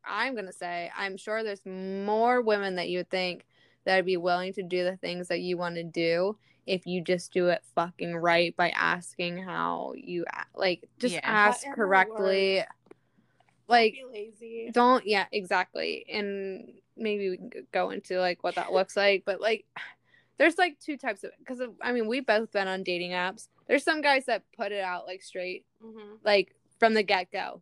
Speaker 1: I'm gonna say I'm sure there's more women that you would think that would be willing to do the things that you want to do if you just do it fucking right by asking how you a- like just
Speaker 2: Yeah.
Speaker 1: ask
Speaker 3: What in the
Speaker 1: correctly. Like
Speaker 3: Be lazy.
Speaker 1: don't yeah exactly and maybe we can g- go into like what that looks like but like there's like two types of because i mean we've both been on dating apps There's some guys that put it out like straight,
Speaker 3: Mm-hmm.
Speaker 1: like from the get go.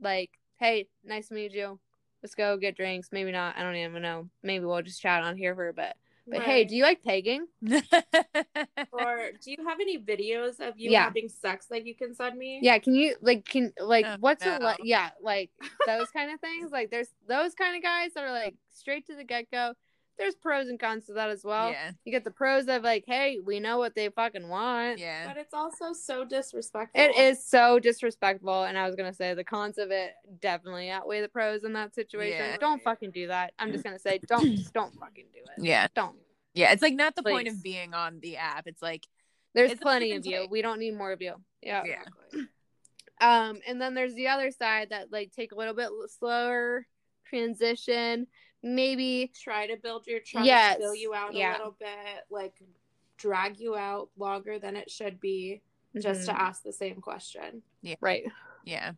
Speaker 1: Like, hey, nice to meet you. Let's go get drinks. Maybe not. I don't even know. Maybe we'll just chat on here for a bit. But hey, do you like pegging?
Speaker 3: or do you have any videos of you
Speaker 1: Yeah.
Speaker 3: having sex that you can send me?
Speaker 1: Yeah, can you like can like
Speaker 4: Oh,
Speaker 1: what's a
Speaker 4: no.
Speaker 1: le- yeah like those kind of things? Like there's those kind of guys that are like straight to the get go. There's pros and cons to that as well.
Speaker 4: yeah,
Speaker 1: You get the pros of like, hey, we know what they fucking want.
Speaker 4: yeah.
Speaker 3: But it's also so disrespectful.
Speaker 1: It is so disrespectful, and I was gonna say the cons of it definitely outweigh the pros in that situation.
Speaker 4: Yeah.
Speaker 1: Don't fucking do that. I'm just gonna say don't just don't fucking do it.
Speaker 4: Yeah,
Speaker 1: Don't.
Speaker 4: yeah. It's like not the point
Speaker 1: Please.
Speaker 4: of being on the app. It's like
Speaker 1: There's
Speaker 4: It's a
Speaker 1: plenty
Speaker 4: give
Speaker 1: of
Speaker 4: and
Speaker 1: you.
Speaker 4: take.
Speaker 1: We don't need more of you. Yeah.
Speaker 4: Yeah.
Speaker 3: Exactly.
Speaker 1: Um, and then there's the other side that like take a little bit l- slower transition. Maybe
Speaker 3: Try to build your trust,
Speaker 1: Yes.
Speaker 3: fill you out
Speaker 1: Yeah.
Speaker 3: a little bit, like drag you out longer than it should be just
Speaker 4: Mm-hmm.
Speaker 1: Mhm.
Speaker 3: to ask the same question.
Speaker 1: right.
Speaker 4: yeah,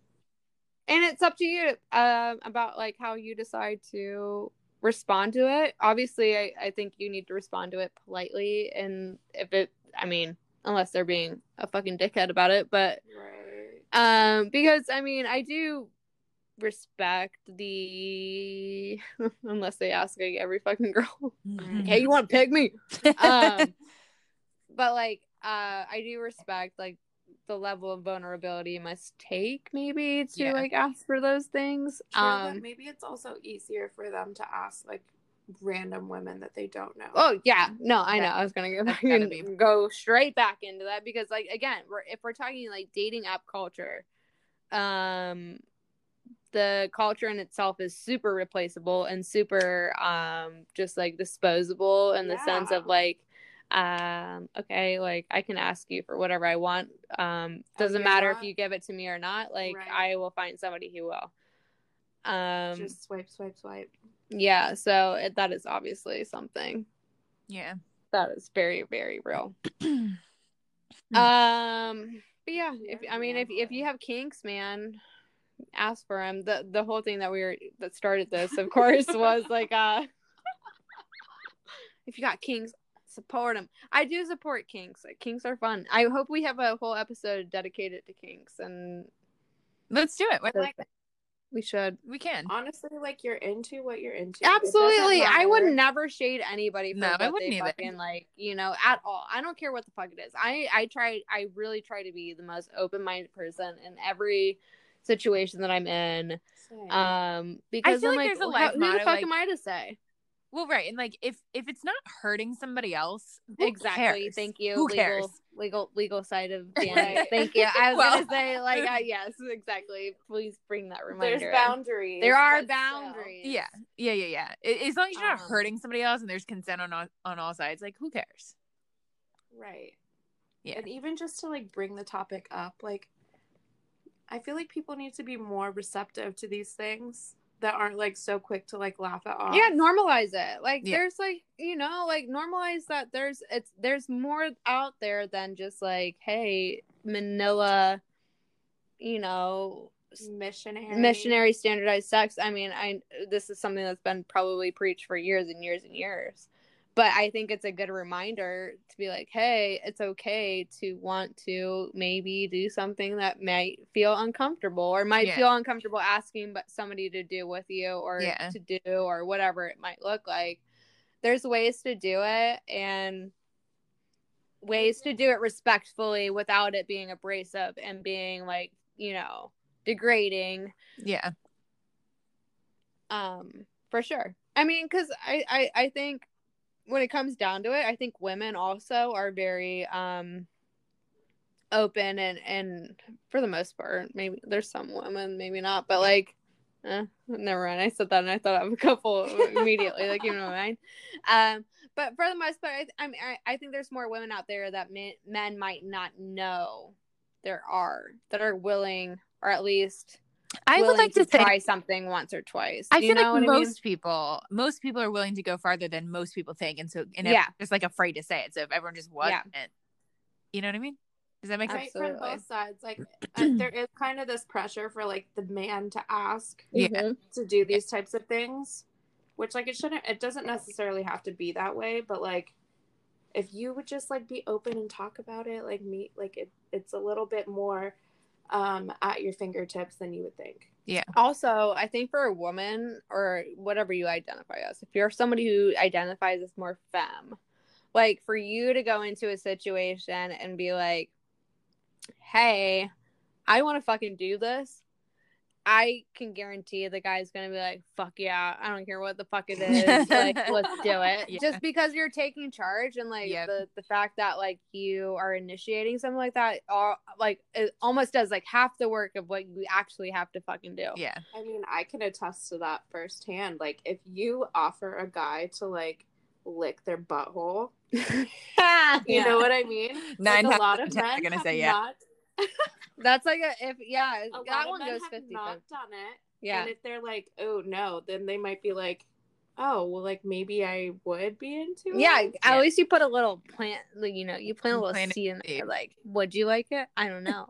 Speaker 1: and it's up to you um, about like how you decide to respond to it obviously I, I think you need to respond to it politely and if it i mean unless they're being a fucking dickhead about it but
Speaker 3: Right.
Speaker 1: um because i mean i do respect the unless they ask like every fucking girl
Speaker 2: Mm-hmm.
Speaker 1: like, Mm-hmm. hey you want to pick me um but like uh i do respect like the level of vulnerability you must take maybe to
Speaker 4: Yeah.
Speaker 1: like ask for those things
Speaker 3: True, but
Speaker 1: um
Speaker 3: maybe it's also easier for them to ask like random women that they don't know.
Speaker 1: oh yeah no i
Speaker 4: That-
Speaker 1: know i was gonna go
Speaker 4: that's gotta
Speaker 1: fucking go straight back into that because like again we're if we're talking like dating app culture um the culture in itself is super replaceable and super um just like disposable in the sense
Speaker 3: Yeah.
Speaker 1: of like um okay like i can ask you for whatever i want um
Speaker 3: Oh,
Speaker 1: doesn't
Speaker 3: you're
Speaker 1: matter if
Speaker 3: not-
Speaker 1: you give it to me or not like
Speaker 3: Right.
Speaker 1: i will find somebody who will um
Speaker 3: just swipe, swipe, swipe.
Speaker 1: yeah so it, that is obviously something
Speaker 4: yeah.
Speaker 1: that is very very real
Speaker 4: Hmm.
Speaker 1: um but yeah if
Speaker 3: Yeah,
Speaker 1: i mean if, if
Speaker 3: yeah.
Speaker 1: you have kinks man ask for them the the whole thing that we were that started this of course was like uh if you got kinks support them i do support kinks Like, kinks are fun i hope we have a whole episode dedicated to kinks and
Speaker 4: Let's do it. We're like,
Speaker 1: we should
Speaker 4: we can.
Speaker 3: Honestly, like you're into what you're into. It doesn't
Speaker 1: Absolutely. I would
Speaker 3: matter.
Speaker 1: never shade anybody for
Speaker 4: No, I
Speaker 1: what
Speaker 4: wouldn't
Speaker 1: they
Speaker 4: either.
Speaker 1: fucking like, you know, at all. I don't care what the fuck it is. I I try I really try to be the most open-minded person in every situation that I'm in.
Speaker 3: Same.
Speaker 1: Um because
Speaker 4: feel
Speaker 1: I'm
Speaker 4: like
Speaker 1: like,
Speaker 4: there's a
Speaker 1: who-
Speaker 4: life
Speaker 1: who the
Speaker 4: motto,
Speaker 1: fuck
Speaker 4: like-
Speaker 1: am I to say?
Speaker 4: Well, right, and like if if it's not hurting somebody else, who
Speaker 1: exactly.
Speaker 4: cares?
Speaker 1: Thank you.
Speaker 4: Who
Speaker 1: legal,
Speaker 4: cares?
Speaker 1: legal legal side of
Speaker 3: Right.
Speaker 1: Danny. Thank you. I was
Speaker 4: Well-
Speaker 1: gonna say like uh, yes, exactly. Please bring that reminder.
Speaker 3: There's
Speaker 1: in.
Speaker 3: boundaries.
Speaker 1: There are
Speaker 3: but still.
Speaker 1: boundaries.
Speaker 4: Yeah, yeah, yeah, yeah. A- as long as you're not
Speaker 1: Um,
Speaker 4: hurting somebody else and there's consent on all, on all sides, like who cares?
Speaker 3: Right.
Speaker 4: Yeah.
Speaker 3: And even just to like bring the topic up, like I feel like people need to be more receptive to these things that aren't like so quick to like laugh at off.
Speaker 1: yeah normalize it like
Speaker 4: Yeah.
Speaker 1: there's like you know like normalize that there's it's there's more out there than just like hey manila you know
Speaker 3: Missionary.
Speaker 1: missionary standardized sex i mean i this is something that's been probably preached for years and years and years but i think it's a good reminder to be like hey it's okay to want to maybe do something that might feel uncomfortable or might
Speaker 4: Yeah.
Speaker 1: feel uncomfortable asking but somebody to do with you or
Speaker 4: Yeah.
Speaker 1: to do or whatever it might look like there's ways to do it and ways to do it respectfully without it being abrasive and being like you know degrading
Speaker 4: Yeah,
Speaker 1: um for sure i mean because I, I i think when it comes down to it i think women also are very um open and and for the most part maybe there's some women maybe not but like eh, never mind i said that and i thought of a couple immediately like you know mine um but for the most part i th- I, mean, I, I think there's more women out there that men, men might not know there are that are willing or at least
Speaker 4: I would
Speaker 1: willing
Speaker 4: like to, say
Speaker 1: try something once or twice.
Speaker 4: I
Speaker 1: Do
Speaker 4: feel
Speaker 1: you know
Speaker 4: like
Speaker 1: what
Speaker 4: most people most people are willing to go farther than most people think, and so and
Speaker 1: Yeah.
Speaker 4: yeah, just like afraid to say it. So if everyone just wasn't, you know what I mean? Does that make sense?
Speaker 3: Right from
Speaker 1: Absolutely.
Speaker 3: both sides. Like and there is kind of this pressure for like the man to ask
Speaker 1: I
Speaker 4: Yeah.
Speaker 1: mean? Mhm.
Speaker 3: to do these types of things. Which like it shouldn't it doesn't necessarily have to be that way, but like if you would just like be open and talk about it, like meet, like it, it's a little bit more um, at your fingertips than you would think.
Speaker 1: Also, I think for a woman or whatever you identify as, if you're somebody who identifies as more femme, like for you to go into a situation and be like, hey, I want to fucking do this. I can guarantee the guy's gonna be like, "Fuck yeah! I don't care what the fuck it is. like, let's do it."
Speaker 2: Yeah.
Speaker 1: Just because you're taking charge and like
Speaker 2: Yep.
Speaker 1: the the fact that like you are initiating something like that, all like it almost does like half the work of what you actually have to fucking do.
Speaker 2: Yeah.
Speaker 3: I mean, I can attest to that firsthand. Like, if you offer a guy to like lick their butthole, you
Speaker 1: Ah, Yeah.
Speaker 3: know what I mean?
Speaker 2: Nine
Speaker 3: like,
Speaker 2: times
Speaker 3: a
Speaker 2: out
Speaker 3: lot of
Speaker 2: of ten, they're
Speaker 3: men
Speaker 2: gonna
Speaker 3: have
Speaker 2: say yeah.
Speaker 3: not.
Speaker 1: That's like a if yeah
Speaker 3: A lot
Speaker 1: that
Speaker 3: of
Speaker 1: one
Speaker 3: men
Speaker 1: goes
Speaker 3: have
Speaker 1: 50
Speaker 3: not done it.
Speaker 1: Yeah,
Speaker 3: And if they're like, oh no, then they might be like, oh, well, like maybe I would be into it.
Speaker 1: yeah. At
Speaker 2: Yeah.
Speaker 1: least you put a little plant. like, You know, you plant a
Speaker 2: You
Speaker 1: little
Speaker 2: plant a
Speaker 1: seed in there.
Speaker 2: seed.
Speaker 1: Like, would you like it? I don't know.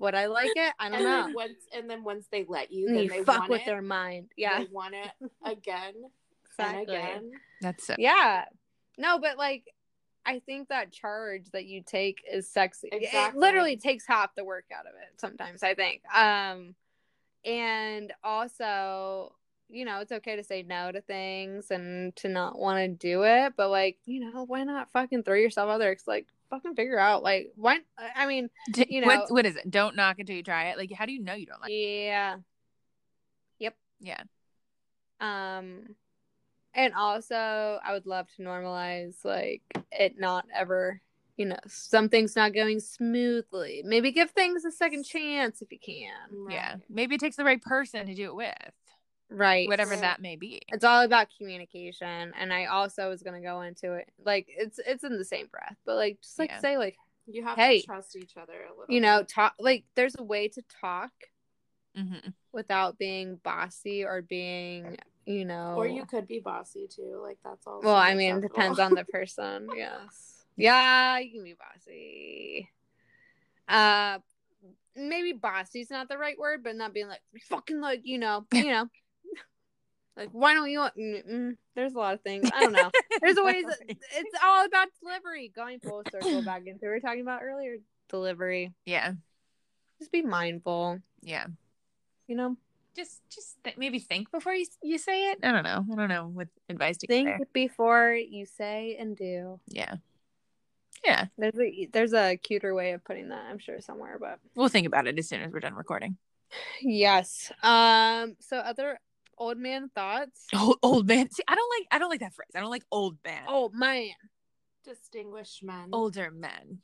Speaker 1: would I like it? I don't
Speaker 3: And
Speaker 1: know.
Speaker 3: then once, and then once they let you,
Speaker 1: And
Speaker 3: then
Speaker 1: you
Speaker 3: they
Speaker 1: fuck
Speaker 3: want
Speaker 1: with
Speaker 3: it.
Speaker 1: their mind. Yeah,
Speaker 3: They want it again and
Speaker 1: exactly.
Speaker 3: again.
Speaker 2: That's so
Speaker 1: Yeah, no, but like, I think that charge that you take is sexy. It
Speaker 3: Exactly.
Speaker 1: literally takes half the work out of it. Sometimes I think. Um, and also, you know, it's okay to say no to things and to not want to do it, but like, you know, why not fucking throw yourself out there? It's like fucking figure out like why. I mean,
Speaker 2: D-
Speaker 1: you know-
Speaker 2: what, what is it? Don't knock until you try it. Like, how do you know you don't like it?
Speaker 1: yeah.
Speaker 2: Yeah.
Speaker 1: Um and also I would love to normalize like it not ever, you know, something's not going smoothly. Maybe give things a second chance if you can.
Speaker 2: Yeah. Maybe it takes the right person to do it with,
Speaker 1: Right.
Speaker 2: whatever
Speaker 3: Yeah.
Speaker 2: that may be.
Speaker 1: It's all about communication and I also was going to go into it like it's it's in the same breath, but like just like
Speaker 2: Yeah.
Speaker 1: say like,
Speaker 3: You have
Speaker 1: Hey.
Speaker 3: to trust each other a little.
Speaker 1: you know, talk like there's a way to talk
Speaker 2: hmm
Speaker 1: without being bossy or being, you know,
Speaker 3: Or you could be bossy too. Like that's all.
Speaker 1: oh. Well, I mean, it depends on the person. Yes. Yeah, you can be bossy. Uh, maybe bossy's not the right word, but not being like fucking like you know, you know, like why don't you? want- mm, mm. There's a lot of things. I don't know. There's a ways. It's all about delivery. Going full circle back into we were talking about earlier. Delivery.
Speaker 2: Yeah.
Speaker 1: Just be mindful.
Speaker 2: Yeah.
Speaker 1: You know,
Speaker 2: Just, just th- maybe think before you, you say it. I don't know. I don't know what advice to give.
Speaker 1: think
Speaker 2: there.
Speaker 1: before you say and do.
Speaker 2: Yeah. Yeah.
Speaker 1: There's a there's a cuter way of putting that. I'm sure somewhere, but.
Speaker 2: We'll think about it as soon as we're done recording.
Speaker 1: Yes. Um. So other old man thoughts.
Speaker 2: Old, old man. See, I don't like, I don't like that phrase. I don't like old man.
Speaker 1: Oh man,
Speaker 3: distinguished men.
Speaker 2: Older men.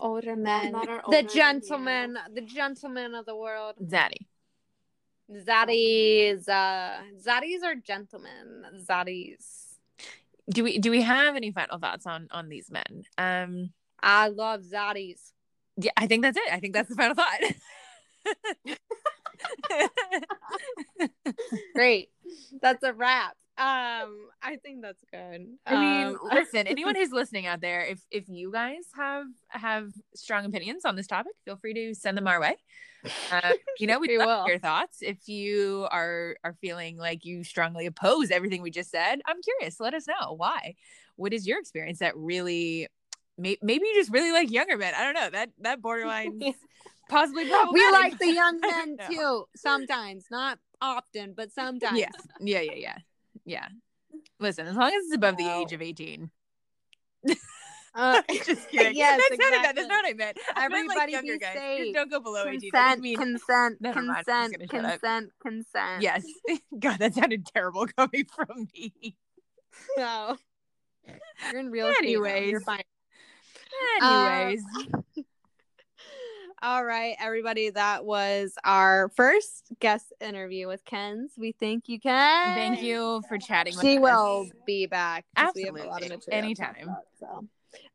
Speaker 1: older men,
Speaker 3: that are older
Speaker 1: the
Speaker 3: than
Speaker 1: gentlemen, the gentlemen of the world.
Speaker 2: Daddy.
Speaker 1: Zaddies, uh, zaddies are gentlemen. Zaddies.
Speaker 2: Do we, do we have any final thoughts on, on these men? Um,
Speaker 1: I love zaddies.
Speaker 2: Yeah, I think that's it. I think that's the final thought.
Speaker 1: Great. That's a wrap. Um, I think that's good.
Speaker 2: I mean,
Speaker 1: Um,
Speaker 2: listen, anyone who's listening out there, if if you guys have have strong opinions on this topic, feel free to send them our way. Uh, you know, we
Speaker 1: We
Speaker 2: love
Speaker 1: will.
Speaker 2: your thoughts. If you are are feeling like you strongly oppose everything we just said, I'm curious. Let us know why. What is your experience that really? may- Maybe you just really like younger men. I don't know that that borderline possibly
Speaker 1: we
Speaker 2: problematic.
Speaker 1: like the young
Speaker 2: I don't
Speaker 1: men
Speaker 2: know.
Speaker 1: too. Sometimes, not often, but sometimes.
Speaker 2: Yeah. Yeah, yeah, yeah. Yeah. Listen, as long as it's above the
Speaker 1: Wow.
Speaker 2: age of 18.
Speaker 1: Uh,
Speaker 2: Just kidding.
Speaker 1: Yes,
Speaker 2: That's not about,
Speaker 1: exactly.
Speaker 2: that's not what I meant. I meant, like,
Speaker 1: Everybody be
Speaker 2: younger guys. Just
Speaker 1: safe.
Speaker 2: Don't go below 18. I
Speaker 1: consent,
Speaker 2: didn't mean-
Speaker 1: consent,
Speaker 2: Never mind, I'm just
Speaker 1: consent,
Speaker 2: gonna shut up.
Speaker 1: consent, consent.
Speaker 2: yes. God, that sounded terrible coming from me.
Speaker 1: So you're in real estate. now. You're
Speaker 2: Anyways.
Speaker 1: fine. Um,
Speaker 2: Anyways.
Speaker 1: All right, everybody. That was our first guest interview with Ken's. We thank you, Ken.
Speaker 2: thank you for chatting with
Speaker 1: She
Speaker 2: us.
Speaker 1: will be back. 'cause We have a lot of
Speaker 2: Absolutely.
Speaker 1: material to talk
Speaker 2: Anytime.
Speaker 1: about, so.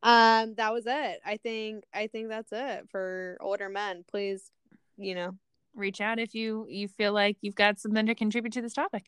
Speaker 1: Um, that was it. I think I think that's it for older men. Please, you know,
Speaker 2: Reach out if you you feel like you've got something to contribute to this topic.